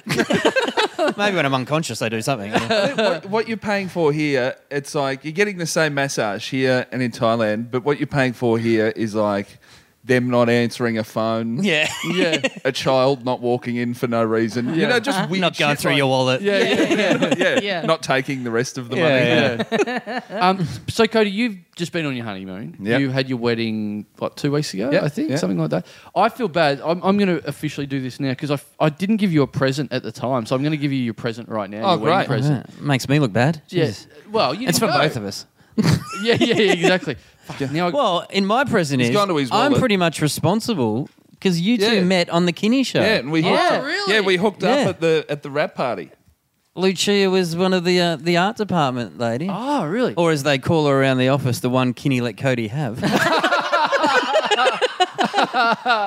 Maybe when I'm unconscious, they do something. what, what you're paying for here, it's like you're getting the same massage here and in Thailand, but what you're paying for here is like them not answering a phone, Yeah. Yeah, a child not walking in for no reason, you Yeah. know, just weird Not going shit through like- your wallet. yeah, yeah. yeah, yeah, Yeah. not taking the rest of the Yeah, money. yeah. um, so, Cody, you've just been on your honeymoon. Yep. You had your wedding what two weeks ago, Yep, I think, yep. something like that. I feel bad. I'm, I'm going to officially do this now because I, f- I didn't give you a present at the time, so I'm going to give you your present right now. Oh, your wedding great. Present. Yeah. Makes me look bad. Yeah. Jeez. Well, you It's didn't from go. both of us. Yeah, yeah, yeah, exactly. Fuck, Now, I, Well, in my present He's is gone to his I'm wallet. pretty much responsible because you two Yeah. met on the Kinney show. Yeah, and we Oh, hooked up. really? Yeah, we hooked Yeah. up at the at the rap party. Lucia was one of the uh, the art department lady, oh, really? or as they call her around the office, the one Kinney let Cody have.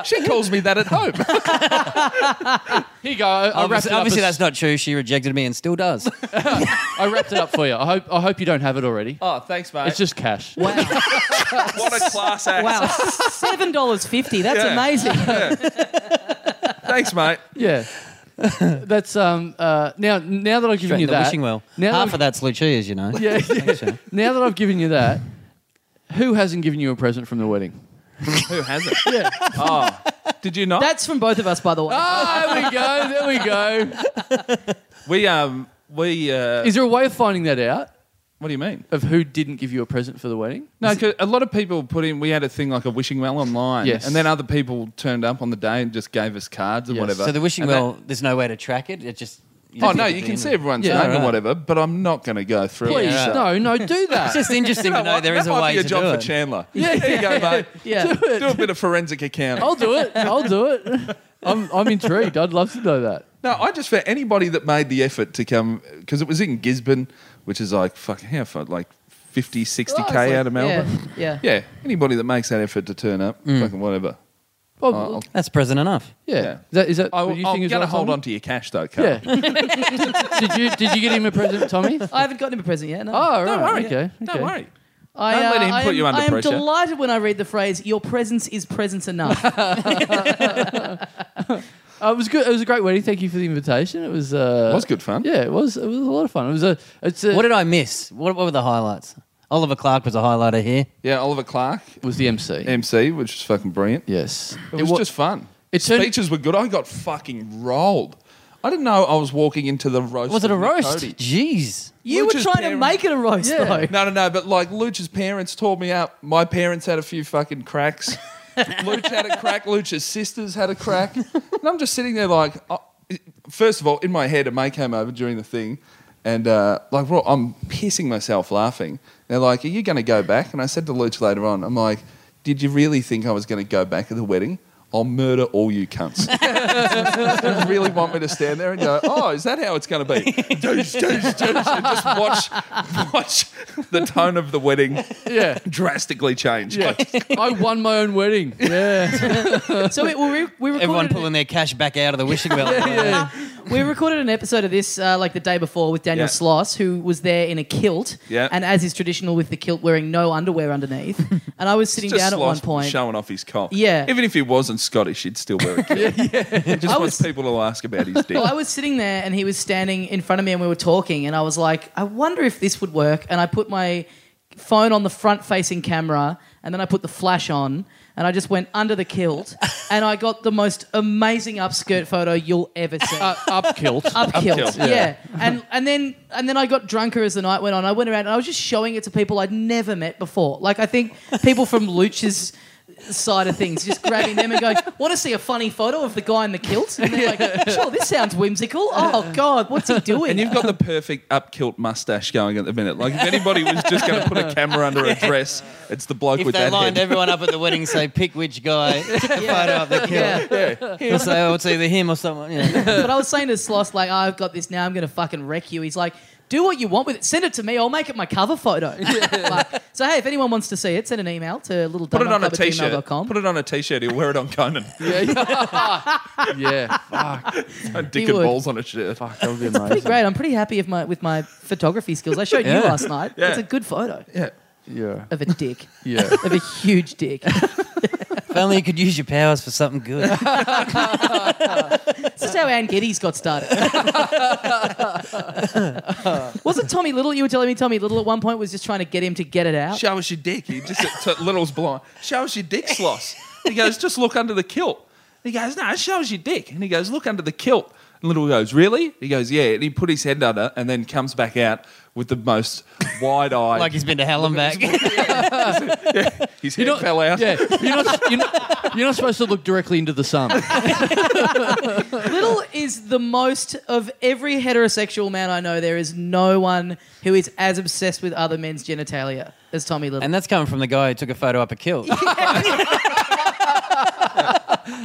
She calls me that at home. Here you go. I, I wrapped obviously, it up obviously as- that's not true. She rejected me and still does. I wrapped it up for you. I hope I hope you don't have it already. oh, thanks, mate. It's just cash. Wow. what a class act. Wow. $7.50. That's Yeah. amazing. Thanks, mate. Yeah. That's um uh now now that I've given Straight you in the that wishing well. now Half that of that's Lucia's, you know. Yeah, yeah. now that I've given you that, who hasn't given you a present from the wedding? Who hasn't? Yeah. Oh, did you not? That's from both of us, by the way. Ah, there we go. There we go. we um we uh, Is there a way of finding that out what do you mean? of who didn't give you a present for the wedding? No, 'cause a lot of people put in. We had a thing like a wishing well online, Yes. and then other people turned up on the day and just gave us cards or Yes. whatever. So the wishing And that- well, there's no way to track it. It just. you oh just no, get you the can see email. everyone's Yeah, name right. or whatever, but I'm not going to go through. Please, it. So- no, no, do that. It's just interesting to know What? there is that a might way be a to job do for it. Chandler. Yeah, there you go, mate. Yeah. Do Do a it. bit of forensic accounting. Oh. I'll do it. I'll do it. I'm I'm intrigued. I'd love to know that. No, I just for anybody that made the effort to come because it was in Gisborne, which is like fucking how far, like 50, 60 Oh, it's k like- out of Yeah. Melbourne. Yeah. Yeah. anybody that makes that effort to turn up, Mm. fucking whatever. Well, I'll- That's present enough. Uh, yeah. yeah. Is that is that I, what you think I'm going is to right, hold Tom? on to your cash though, Carl. Yeah. did you did you get him a present, Tommy? I haven't gotten him a present yet. No. Oh, right. Oh, Don't worry. Okay. Don't okay. worry. I, uh, Don't let him I put am, you under I am pressure. delighted when I read the phrase, your presence is presence enough. Uh, it was good. It was a great wedding. Thank you for the invitation. It was. Uh, It was good fun. Yeah, it was. It was a lot of fun. It was a. It's a, What what did I miss? What, what were the highlights? Oliver Clark was a highlighter here. Yeah, Oliver Clark, was the MC. MC, which is fucking brilliant. yes, It was wa- just fun. It turned- Speeches were good. I got fucking rolled. I didn't know I was walking into the roast. Was it a of Nick roast? Cody. Jeez. you were Lucha's trying to parents- make it a roast, Yeah. though. No, no, no. But like, Lucha's parents tore me up. My parents had a few fucking cracks. Luch had a crack. Lucha's sisters had a crack. And I'm just sitting there like, I first of all, in my head, a mate came over during the thing, and uh, like, well, I'm pissing myself laughing. They're like, "Are you going to go back?" And I said to Luch later on, "I'm like, did you really think I was going to go back at the wedding?" I'll murder all you cunts. you really want me to stand there and go, "Oh, is that how it's going to be?" Deuce, deuce, deuce, and just watch, watch the tone of the wedding Yeah, drastically change. yeah. I won my own wedding. Yeah, So we, we, we recorded Everyone it- pulling their cash back out of the wishing well. We recorded an episode of this uh, like the day before with Daniel Yeah. Sloss, who was there in a kilt, Yeah. and as is traditional with the kilt, wearing no underwear underneath. and I was sitting Just down at one Sloss point. showing off his cock. Yeah. even if he wasn't Scottish, he'd still wear a kilt. He just I wants was- people to ask about his dick. Well, I was sitting there, and he was standing in front of me, and we were talking, and I was like, I wonder if this would work. And I put my phone on the front-facing camera, and then I put the flash on. And I just went under the kilt, and I got the most amazing upskirt photo you'll ever see. uh, up kilt. upkilt. Upkilt, Yeah. yeah. And and then and then I got drunker as the night went on. I went around and I was just showing it to people I'd never met before. Like I think people from Luch's side of things, just grabbing them and going, Want to see a funny photo of the guy in the kilt? And they're like, Sure, this sounds whimsical. Oh God, what's he doing? And you've got the perfect upkilt mustache going at the minute. Like if anybody was just going to put a camera under a dress, it's the bloke If with they that lined head. everyone up at the wedding, say pick which guy, took the photo of the yeah. kill. He'll say, oh, it's either him or someone. Yeah. But I was saying to Sloss, like, "Oh, I've got this now, I'm gonna fucking wreck you. He's like do what you want with it. Send it to me. I'll make it my cover photo. Like, so hey, if anyone wants to see it, send an email to little Put it on a t-shirt. Put it on a t-shirt. He'll wear it on Conan. yeah, fuck, Dick would. and balls on a shirt. fuck, that would be Pretty amazing. great. I'm pretty happy with my with my photography skills. I showed you Yeah. last night. Yeah. It's a good photo Yeah. Yeah, of a dick, yeah. of a huge dick. If only you could use your powers for something good. This is how Ann Geddes got started. Wasn't Tommy Little? You were telling me Tommy Little at one point was just trying to get him to get it out. Show us your dick. He just t- little's blind. Show us your dick sloss. He goes, just look under the kilt. And he goes, no, show us your dick. And he goes, look under the kilt. And little goes, really? He goes, yeah. And he put his head under and then comes back out with the most wide eyed. like he's been to hell and back. his head fell out. Yeah, you're not, you're not, you're not supposed to look directly into the sun. Little is the most of every heterosexual man I know. There is no one who is as obsessed with other men's genitalia as Tommy Little. and that's coming from the guy who took a photo up a kill. well,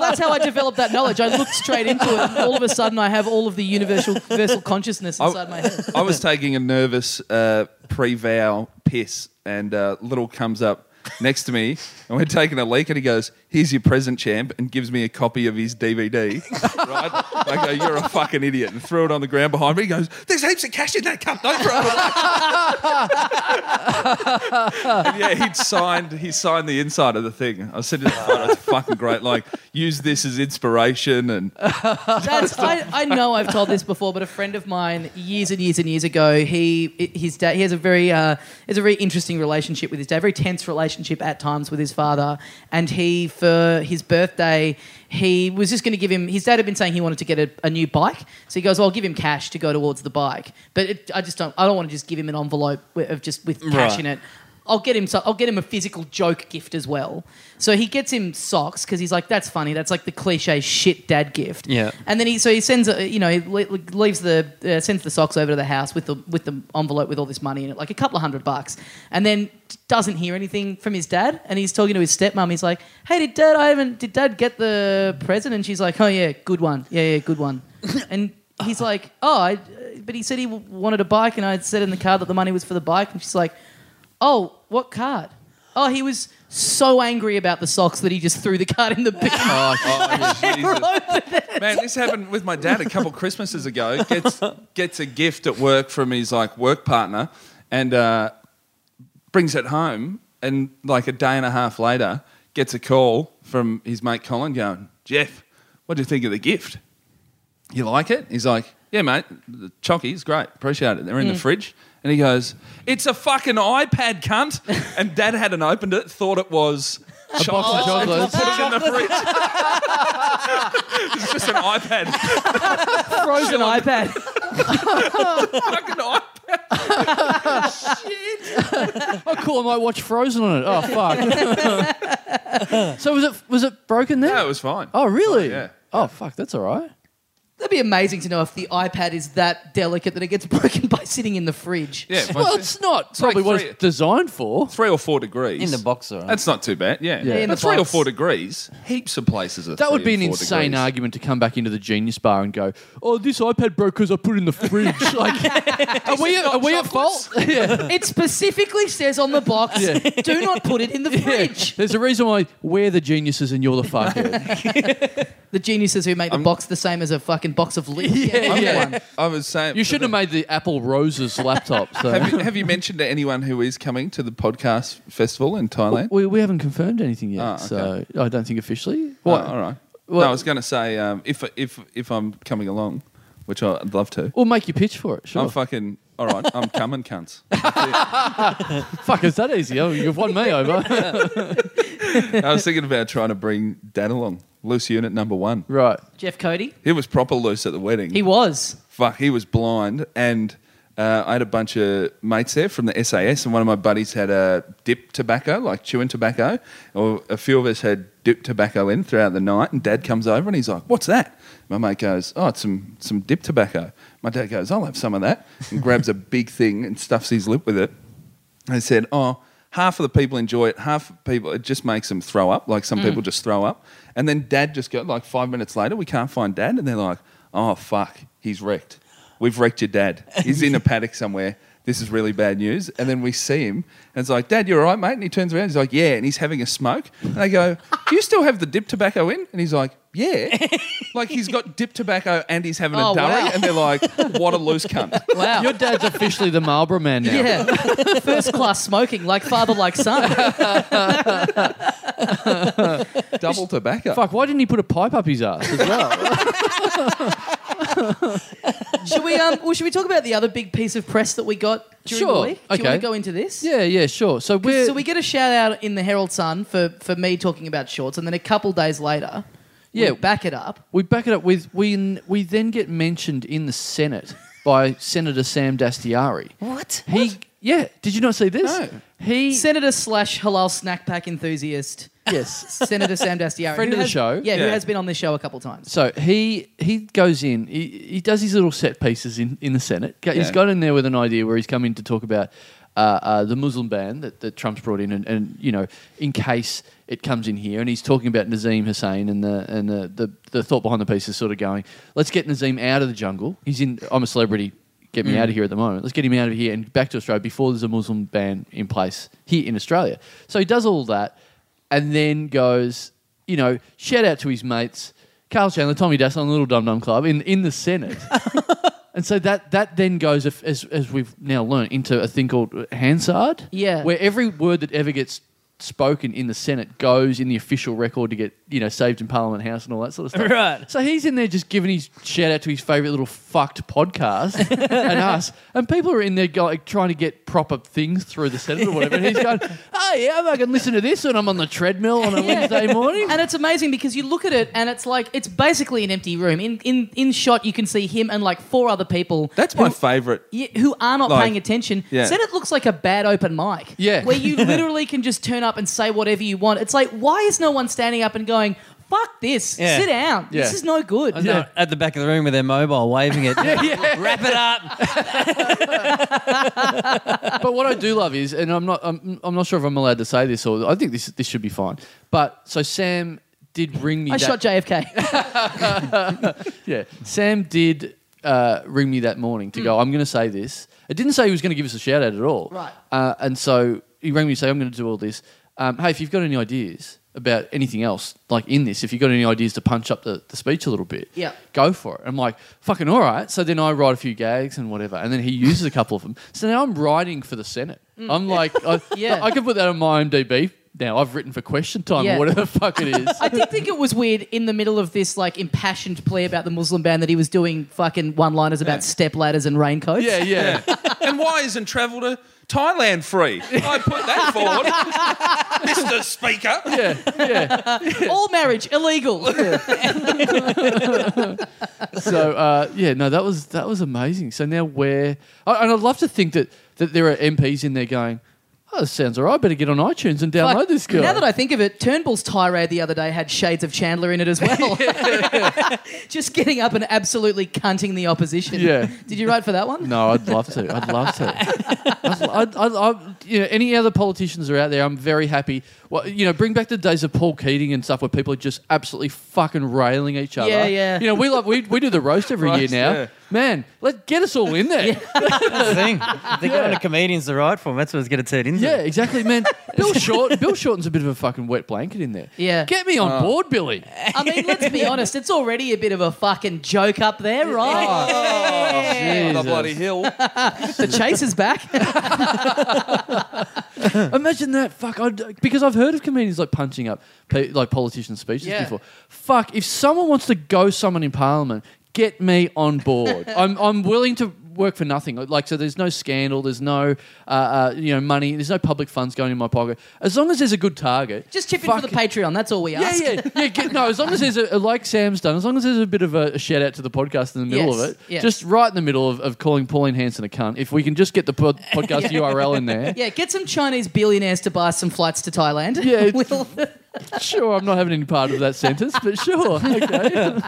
that's how I developed that knowledge. I looked straight into it, and all of a sudden, I have all of the universal, universal consciousness inside my head. I was taking a nervous uh, pre-vow piss, and uh, Little comes up next to me, and we're taking a leak, and he goes, "Here's your present, champ," and gives me a copy of his DVD. Right? I go, "You're a fucking idiot," and threw it on the ground behind me. He goes, "There's heaps of cash in that cup, don't throw it." away." and yeah, he'd signed. He signed the inside of the thing. I said, to the photo, "It's fucking great. Like, use this as inspiration." And That's, I, I know I've told this before, but a friend of mine years and years and years ago, he his dad he has a very uh, has a very interesting relationship with his dad, very tense relationship at times with his father, and he for his birthday he was just going to give him his dad had been saying he wanted to get a, a new bike, so he goes, I'll give him cash to go towards the bike, but it, I just don't I don't want to just give him an envelope wi- of just with cash Right. in it. I'll get him. So I'll get him a physical joke gift as well. So he gets him socks because he's like, "That's funny. That's like the cliche shit dad gift." Yeah. And then he so he sends a, you know he le- leaves the uh, sends the socks over to the house with the with the envelope with all this money in it, like a couple of hundred bucks, and then doesn't hear anything from his dad. And he's talking to his stepmom. He's like, "Hey, did dad? I haven't. Did dad get the present?" And she's like, "Oh yeah, good one. Yeah, yeah, good one." and he's like, "Oh, I, but he said he w- wanted a bike, and I had said in the card that the money was for the bike." And she's like, "Oh, what card?" Oh, he was so angry about the socks that he just threw the card in the bin. oh, Jesus. Wrote the Man, this happened with my dad a couple Christmases ago. Gets gets a gift at work from his like work partner, and uh, brings it home. And like a day and a half later, gets a call from his mate Colin going, "Jeff, what do you think of the gift? You like it?" He's like, "Yeah, mate, the chockies, great, appreciate it. They're in the fridge." And he goes, "It's a fucking iPad, cunt!" And Dad hadn't opened it, thought it was. A box of chocolates. Put it in the fridge. it's just an iPad. frozen iPad. fucking iPad. Oh, cool! I might watch Frozen on it. Oh, fuck! so was it was it broken there? No, it was fine. oh, really? yeah. Oh, fuck! That's all right. That'd be amazing to know if the iPad is that delicate that it gets broken by sitting in the fridge. Yeah, it Well, was it's not like probably what three- it's designed for. three or four degrees In the box, all right. That's not too bad. Yeah, Yeah, in But the three or box. four degrees. Heaps of places are. That would three be an and four insane degrees. argument to come back into the Genius Bar and go, "Oh, this iPad broke because I put it in the fridge." Like, are we are we at fault? yeah. It specifically says on the box, Yeah. do not put it in the fridge. There's a reason why we're the geniuses and you're the fuckhead. The geniuses who make the box the same as a fucking box of lids. Yeah. Okay. Yeah. I was saying you shouldn't have made the Apple Roses laptop. So Have you, have you mentioned to anyone who is coming to the podcast festival in Thailand? we, we haven't confirmed anything yet. Ah, okay. So I don't think officially. Well, Oh, all right. Well- no, I was going to say um, if if if I'm coming along, which I'd love to. We'll make you pitch for it. Sure. I'm fucking all right. I'm coming, cunts. Fuck, it's that easy. Oh, you've won me over. I was thinking about trying to bring Dad along. Loose unit number one. right. Jeff Cody. He was proper loose at the wedding. He was. fuck, he was blind. And uh, I had a bunch of mates there from the SAS, and one of my buddies had a dip tobacco, like chewing tobacco. Or a few of us had dip tobacco in throughout the night. And dad comes over and he's like, What's that? My mate goes, Oh, it's some, some dip tobacco. My dad goes, I'll have some of that. And grabs a big thing and stuffs his lip with it. I said, oh, half of the people enjoy it. Half of people, it just makes them throw up. Like Mm. some people just throw up. And then dad just got, like five minutes later, we can't find dad. And they're like, oh, fuck, he's wrecked. We've wrecked your dad. He's in a paddock somewhere. This is really bad news. And then we see him, and it's like, Dad, you're all right, mate. And he turns around, he's like, Yeah. And he's having a smoke. And they go, Do you still have the dip tobacco in? And he's like, Yeah. like he's got dip tobacco and he's having Oh, a durry. wow. And they're like, What a loose cunt. Wow. Your dad's officially the Marlboro man now. yeah. First class smoking, like father, like son. Double tobacco. Fuck, why didn't he put a pipe up his ass as well? should we? Um. Well, should we talk about the other big piece of press that we got during Sure. the week? Do you Okay. want to go into this? yeah, yeah, sure. So we're So we get a shout out in the Herald Sun for for me talking about shorts, and then a couple days later, Yeah. we back it up. we back it up with we we then get mentioned in the Senate by Senator Sam Dastiari. What? He yeah, did you not see this? No. He Senator slash halal snack pack enthusiast, yes. Senator Sam Dastiari, Friend who of the has- show. yeah, who Yeah. has been on this show a couple times. So he he goes in. He, he does his little set pieces in, in the Senate. He's Yeah. gone in there with an idea where he's come in to talk about uh, uh, the Muslim ban that, that Trump's brought in, and, and you know, in case it comes in here, and he's talking about Nazim Hussein and the and the, the, the thought behind the piece is sort of going, let's get Nazim out of the jungle. He's in. I'm a celebrity. Get me out of here at the moment. Let's get him out of here and back to Australia before there's a Muslim ban in place here in Australia. So he does all that, and then goes, you know, shout out to his mates, Carl Chandler, Tommy Dassler, and Little Dum Dum Club in, in the Senate. and so that, that then goes, if- as, as we've now learned, into a thing called Hansard. Yeah. Where every word that ever gets spoken in the Senate goes in the official record to get, you know, saved in Parliament House and all that sort of stuff. Right. So he's in there just giving his shout out to his favourite little fucked podcast and us. And people are in there go, like, trying to get proper things through the Senate or whatever. And he's going, oh, yeah, I can listen to this when I'm on the treadmill on a Wednesday morning. And it's amazing because you look at it and it's like it's basically an empty room. In in in shot, you can see him and like four other people. That's my favourite. y- who are not Like- paying attention Yeah. said it looks like a bad open mic. Yeah. Where you literally can just turn up and say whatever you want. It's like, why is no one standing up and going, fuck this, Yeah. sit down. Yeah. This is no good. know. Yeah. At the back of the room with their mobile, waving it. Wrap it up. but what I do love is, and I'm not, I'm, I'm not sure if I'm allowed to say this, or I think this this should be fine. But so Sam did ring me. I that, shot JFK. Yeah, Sam did uh, ring me that morning Hmm. to go. I'm going to say this. It didn't say he was going to give us a shout out at all. Right. Uh, and so he rang me to say, I'm going to do all this. Um, hey, if you've got any ideas about anything else, like in this, if you've got any ideas to punch up the, the speech a little bit, Yeah. go for it. I'm like, fucking all right. So then I write a few gags and whatever. And then he uses a couple of them. So now I'm writing for the Senate. I'm like, I, Mm. Yeah. I can put that on my IMDb now. I've written for question time Yeah. or whatever the fuck it is. I did think it was weird in the middle of this like impassioned plea about the Muslim ban that he was doing fucking one liners about step ladders and raincoats. yeah, yeah. and why isn't travel to Thailand free? I put that forward, Mr. Speaker. Yeah, yeah. All marriage illegal. so uh, yeah, no, that was that was amazing. So now we're I- and I'd love to think that that there are MPs in there going, "Oh, this sounds alright. Better get on iTunes and download Like, this guy." Now that I think of it, Turnbull's tirade the other day had shades of Chandler in it as well. Just getting up and absolutely cunting the opposition. Yeah. Did you write for that one? no, I'd love to. I'd love to. I'd, I'd, I'd, I'd- you know, any other politicians are out there, I'm very happy. Well, you know, bring back the days of Paul Keating and stuff where people are just absolutely fucking railing each other. Yeah, yeah. You know, we love we, we do the roast every year Roast, now. yeah. Man, let get us all in there. That's the thing. They're giving a comedian's the right form. That's what it's going to turn into. Yeah, exactly, man. Bill Short, Bill Shorten's a bit of a fucking wet blanket in there. Yeah. get me on board, Billy. I mean, let's be honest, it's already a bit of a fucking joke up there, right? On the Jesus. bloody hill. The chase is back. Imagine that, fuck! I'd, because I've heard of comedians like punching up pe- like politicians' speeches Yeah. before. Fuck! If someone wants to go someone in Parliament, get me on board. I'm I'm willing to work for nothing. Like so, there's no scandal. There's no uh, uh, you know money. There's no public funds going in my pocket. As long as there's a good target, Just chip in fuck for the it. Patreon. That's all we Yeah, ask. yeah, yeah. Get, no, as long as there's a like Sam's done, as long as there's a bit of a, shout out to the podcast in the middle Yes, of it, yes. just right in the middle of, of calling Pauline Hanson a cunt. If we can just get the pod, podcast URL in there, Yeah, get some Chinese billionaires to buy some flights to Thailand. Yeah, it's- We'll- sure. I'm not having any part of that sentence, but sure, okay.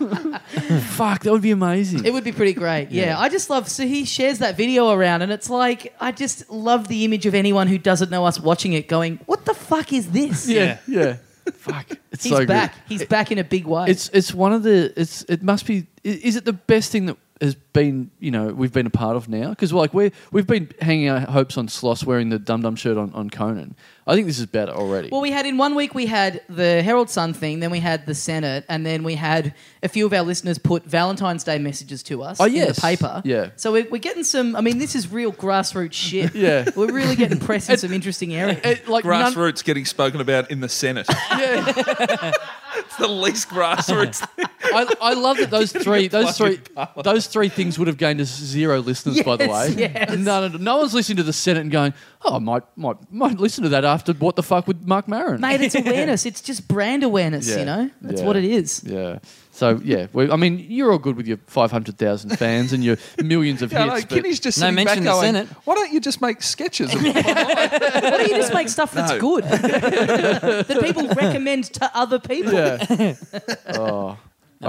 Fuck, that would be amazing. it would be pretty great. Yeah. I just love. So he shares that video around, and it's like I just love the image of anyone who doesn't know us watching it, going, "What the fuck is this?" yeah, yeah. Fuck, it's He's so good. back. He's back in a big way. It's it's one of the it's it must be i- is it the best thing that has been, you know, we've been a part of now. Because like we we've been hanging our hopes on Sloss wearing the dum dum shirt on, on Conan. I think this is better already. Well, we had in one week we had the Herald Sun thing, then we had the Senate, and then we had a few of our listeners put Valentine's Day messages to us Oh, in yes. the paper. Yeah. So we're, we're getting some. I mean, this is real grassroots shit. Yeah. We're really getting press in some interesting areas. It- like none- grassroots getting spoken about in the Senate. yeah. it's the least grassroots. thing. I, I love that those three those three those three things would have gained us zero listeners by the way. Yes, yes. No, no, no one's listening to the Senate and going, Oh, I might might might listen to that after what the fuck with Mark Maron. Mate, it's awareness. It's just brand awareness, Yeah. you know? That's Yeah. what it is. Yeah. So yeah, we, I mean, you're all good with your 500,000 fans and your millions of Yeah, no, hits. but- Kenny's just No sitting mention back in the going, Senate. why don't you just make sketches? Of it?" Why don't you just make stuff that's No. good? that people recommend to other people. yeah. oh. I All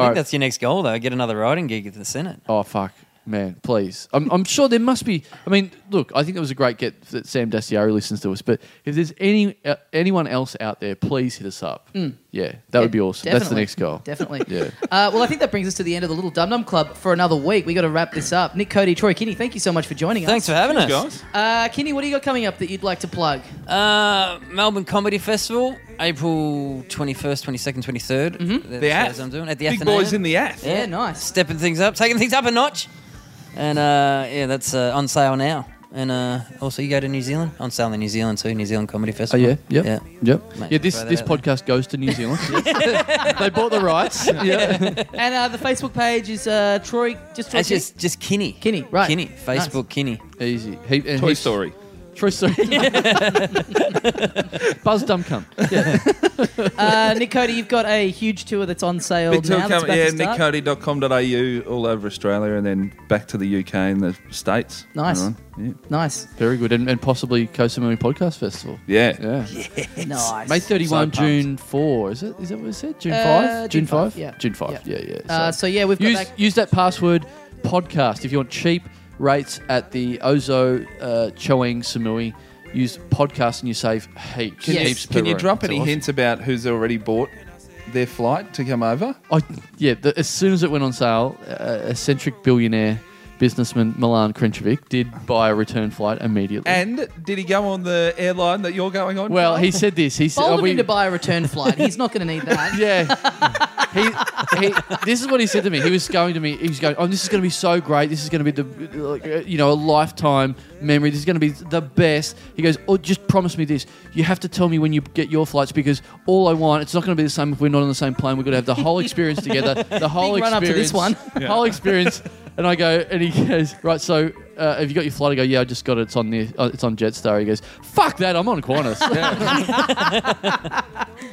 think right. that's your next goal, though. Get another writing gig at the Senate. Oh fuck, man! Please, I'm, I'm sure there must be. I mean, look, I think it was a great get that Sam Dastiari listens to us. But if there's any uh, anyone else out there, please hit us up. Yeah, that would be awesome. That's the Definitely. next goal. Mm. Definitely. Yeah. Uh, well, I think that brings us to the end of the Little Dum Dum Club for another week. we got to wrap this up. Nick, Cody, Troy, Kinney, thank you so much for joining Thanks for having us. Guys, us. Uh, Kinney, what do you got coming up that you'd like to plug? Uh, Melbourne Comedy Festival, April 21st, 22nd, 23rd. They're the shows Ath. I'm doing at the big Athenaeum. boys in the ath. Yeah, nice. Stepping things up, taking things up a notch. And uh, yeah, that's uh, on sale now. And uh, also, you go to New Zealand, on sale in New Zealand too, New Zealand Comedy Oh Festival. yeah, yep, Yeah. yep, Mate, yeah. This throw that this out there. podcast goes to New Zealand. they bought the rights. Yeah, And uh, the Facebook page is uh, Troy, just Troy That's just, just Kinney. Kinney, right. Kinney. Nice. Facebook Kinney. easy. He, and Toy he's- Story. Toy Story. Buzz Dumcum. Uh, Nick, Cody, you've got a huge tour that's on sale Big now. tour That's coming, about yeah, to start. nickcody.com.au all over Australia and then back to the UK and the States. Nice. Hang on. Yeah. Nice. Very good, and, and possibly Kosamui Podcast Festival. Yeah. Yeah. Nice. May 31, pumped. June 4. Is it? Is that what it said? June Uh, 5? June June 5? five, yeah. June 5, Yeah. yeah, yeah. Uh, so, yeah, we've got use, that- use that password podcast if you want cheap rates at the Ozo uh, Choang Samui. Use podcast and you save heaps. Yes. heaps per Can you room. drop It's any awesome. hints about who's already bought their flight to come over? I, yeah, the, as soon as it went on sale, uh, eccentric billionaire businessman Milan Krenchevic did buy a return flight immediately. And did he go on the airline that you're going on? well, he said this. He said, Bold "Are of we- him to buy a return flight. He's not going to need that. Yeah. he, he, this is what he said to me. He was going to me. He was going, "Oh, this is going to be so great. This is going to be the, like, uh, you know, a lifetime memory. This is going to be the best." He goes, "Oh, just promise me this. You have to tell me when you get your flights because all I want. It's not going to be the same if we're not on the same plane. We're going to have the whole experience together. The whole Big run up to this experience. one. Whole experience." And I go, and he goes, "Right, so." Uh, have you got your flight? I go, yeah, I just got it. It's on the, uh, it's on Jetstar. He goes, fuck that, I'm on Qantas.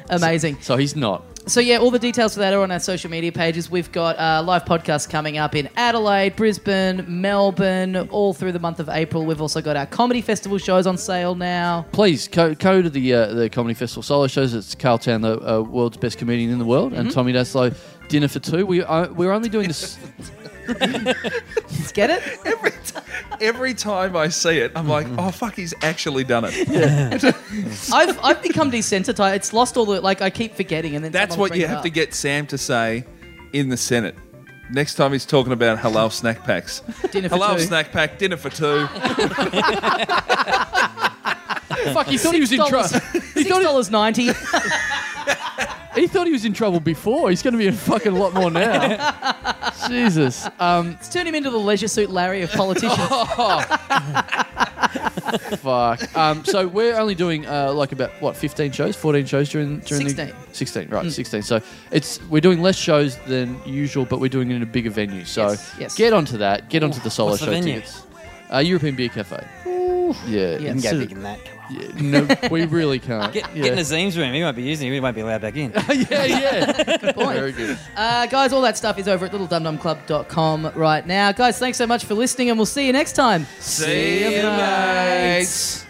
Amazing. so he's not. So yeah, all the details for that are on our social media pages. We've got uh, live podcasts coming up in Adelaide, Brisbane, Melbourne, all through the month of April. We've also got our comedy festival shows on sale now. please go, go to the uh, the comedy festival solo shows. It's Carl Town, the uh, world's best comedian in the world, and Tommy Daslow. Dinner for two. We uh, we're only doing this. Let's get it? every, t- every time I see it, I'm like, oh, fuck, he's actually done it. I've, I've become desensitized. It's lost all the like. I keep forgetting, and then That's someone will what bring you it have up. to get Sam to say in the Senate. Next time he's talking about halal snack packs. Dinner for halal two. snack pack, dinner for two. Fuck! He thought he was in trouble. He Six thought dollars ninety. he, he thought he was in trouble before. He's going to be in fucking lot more now. Jesus. Um. Let's turn him into the leisure suit Larry of politicians. Oh. Fuck. Um. So we're only doing uh like about what fifteen shows, fourteen shows during during Sixteen. the sixteen. Mm. Right, sixteen. So it's we're doing less shows than usual, but we're doing it in a bigger venue. So Yes, yes. get onto that. Get onto the solo what's the show venue? tickets. Uh, European Beer Cafe. Yeah. Yeah. You can So- go big in that. Come on. Yeah, no, we really can't. Get, yeah. get in the Zeems room. He won't be using it. He won't be allowed back in. yeah, yeah. Good point. Very good. Uh, guys, all that stuff is over at littledumdumclub.com right now. Guys, thanks so much for listening, and we'll see you next time. See you, mates.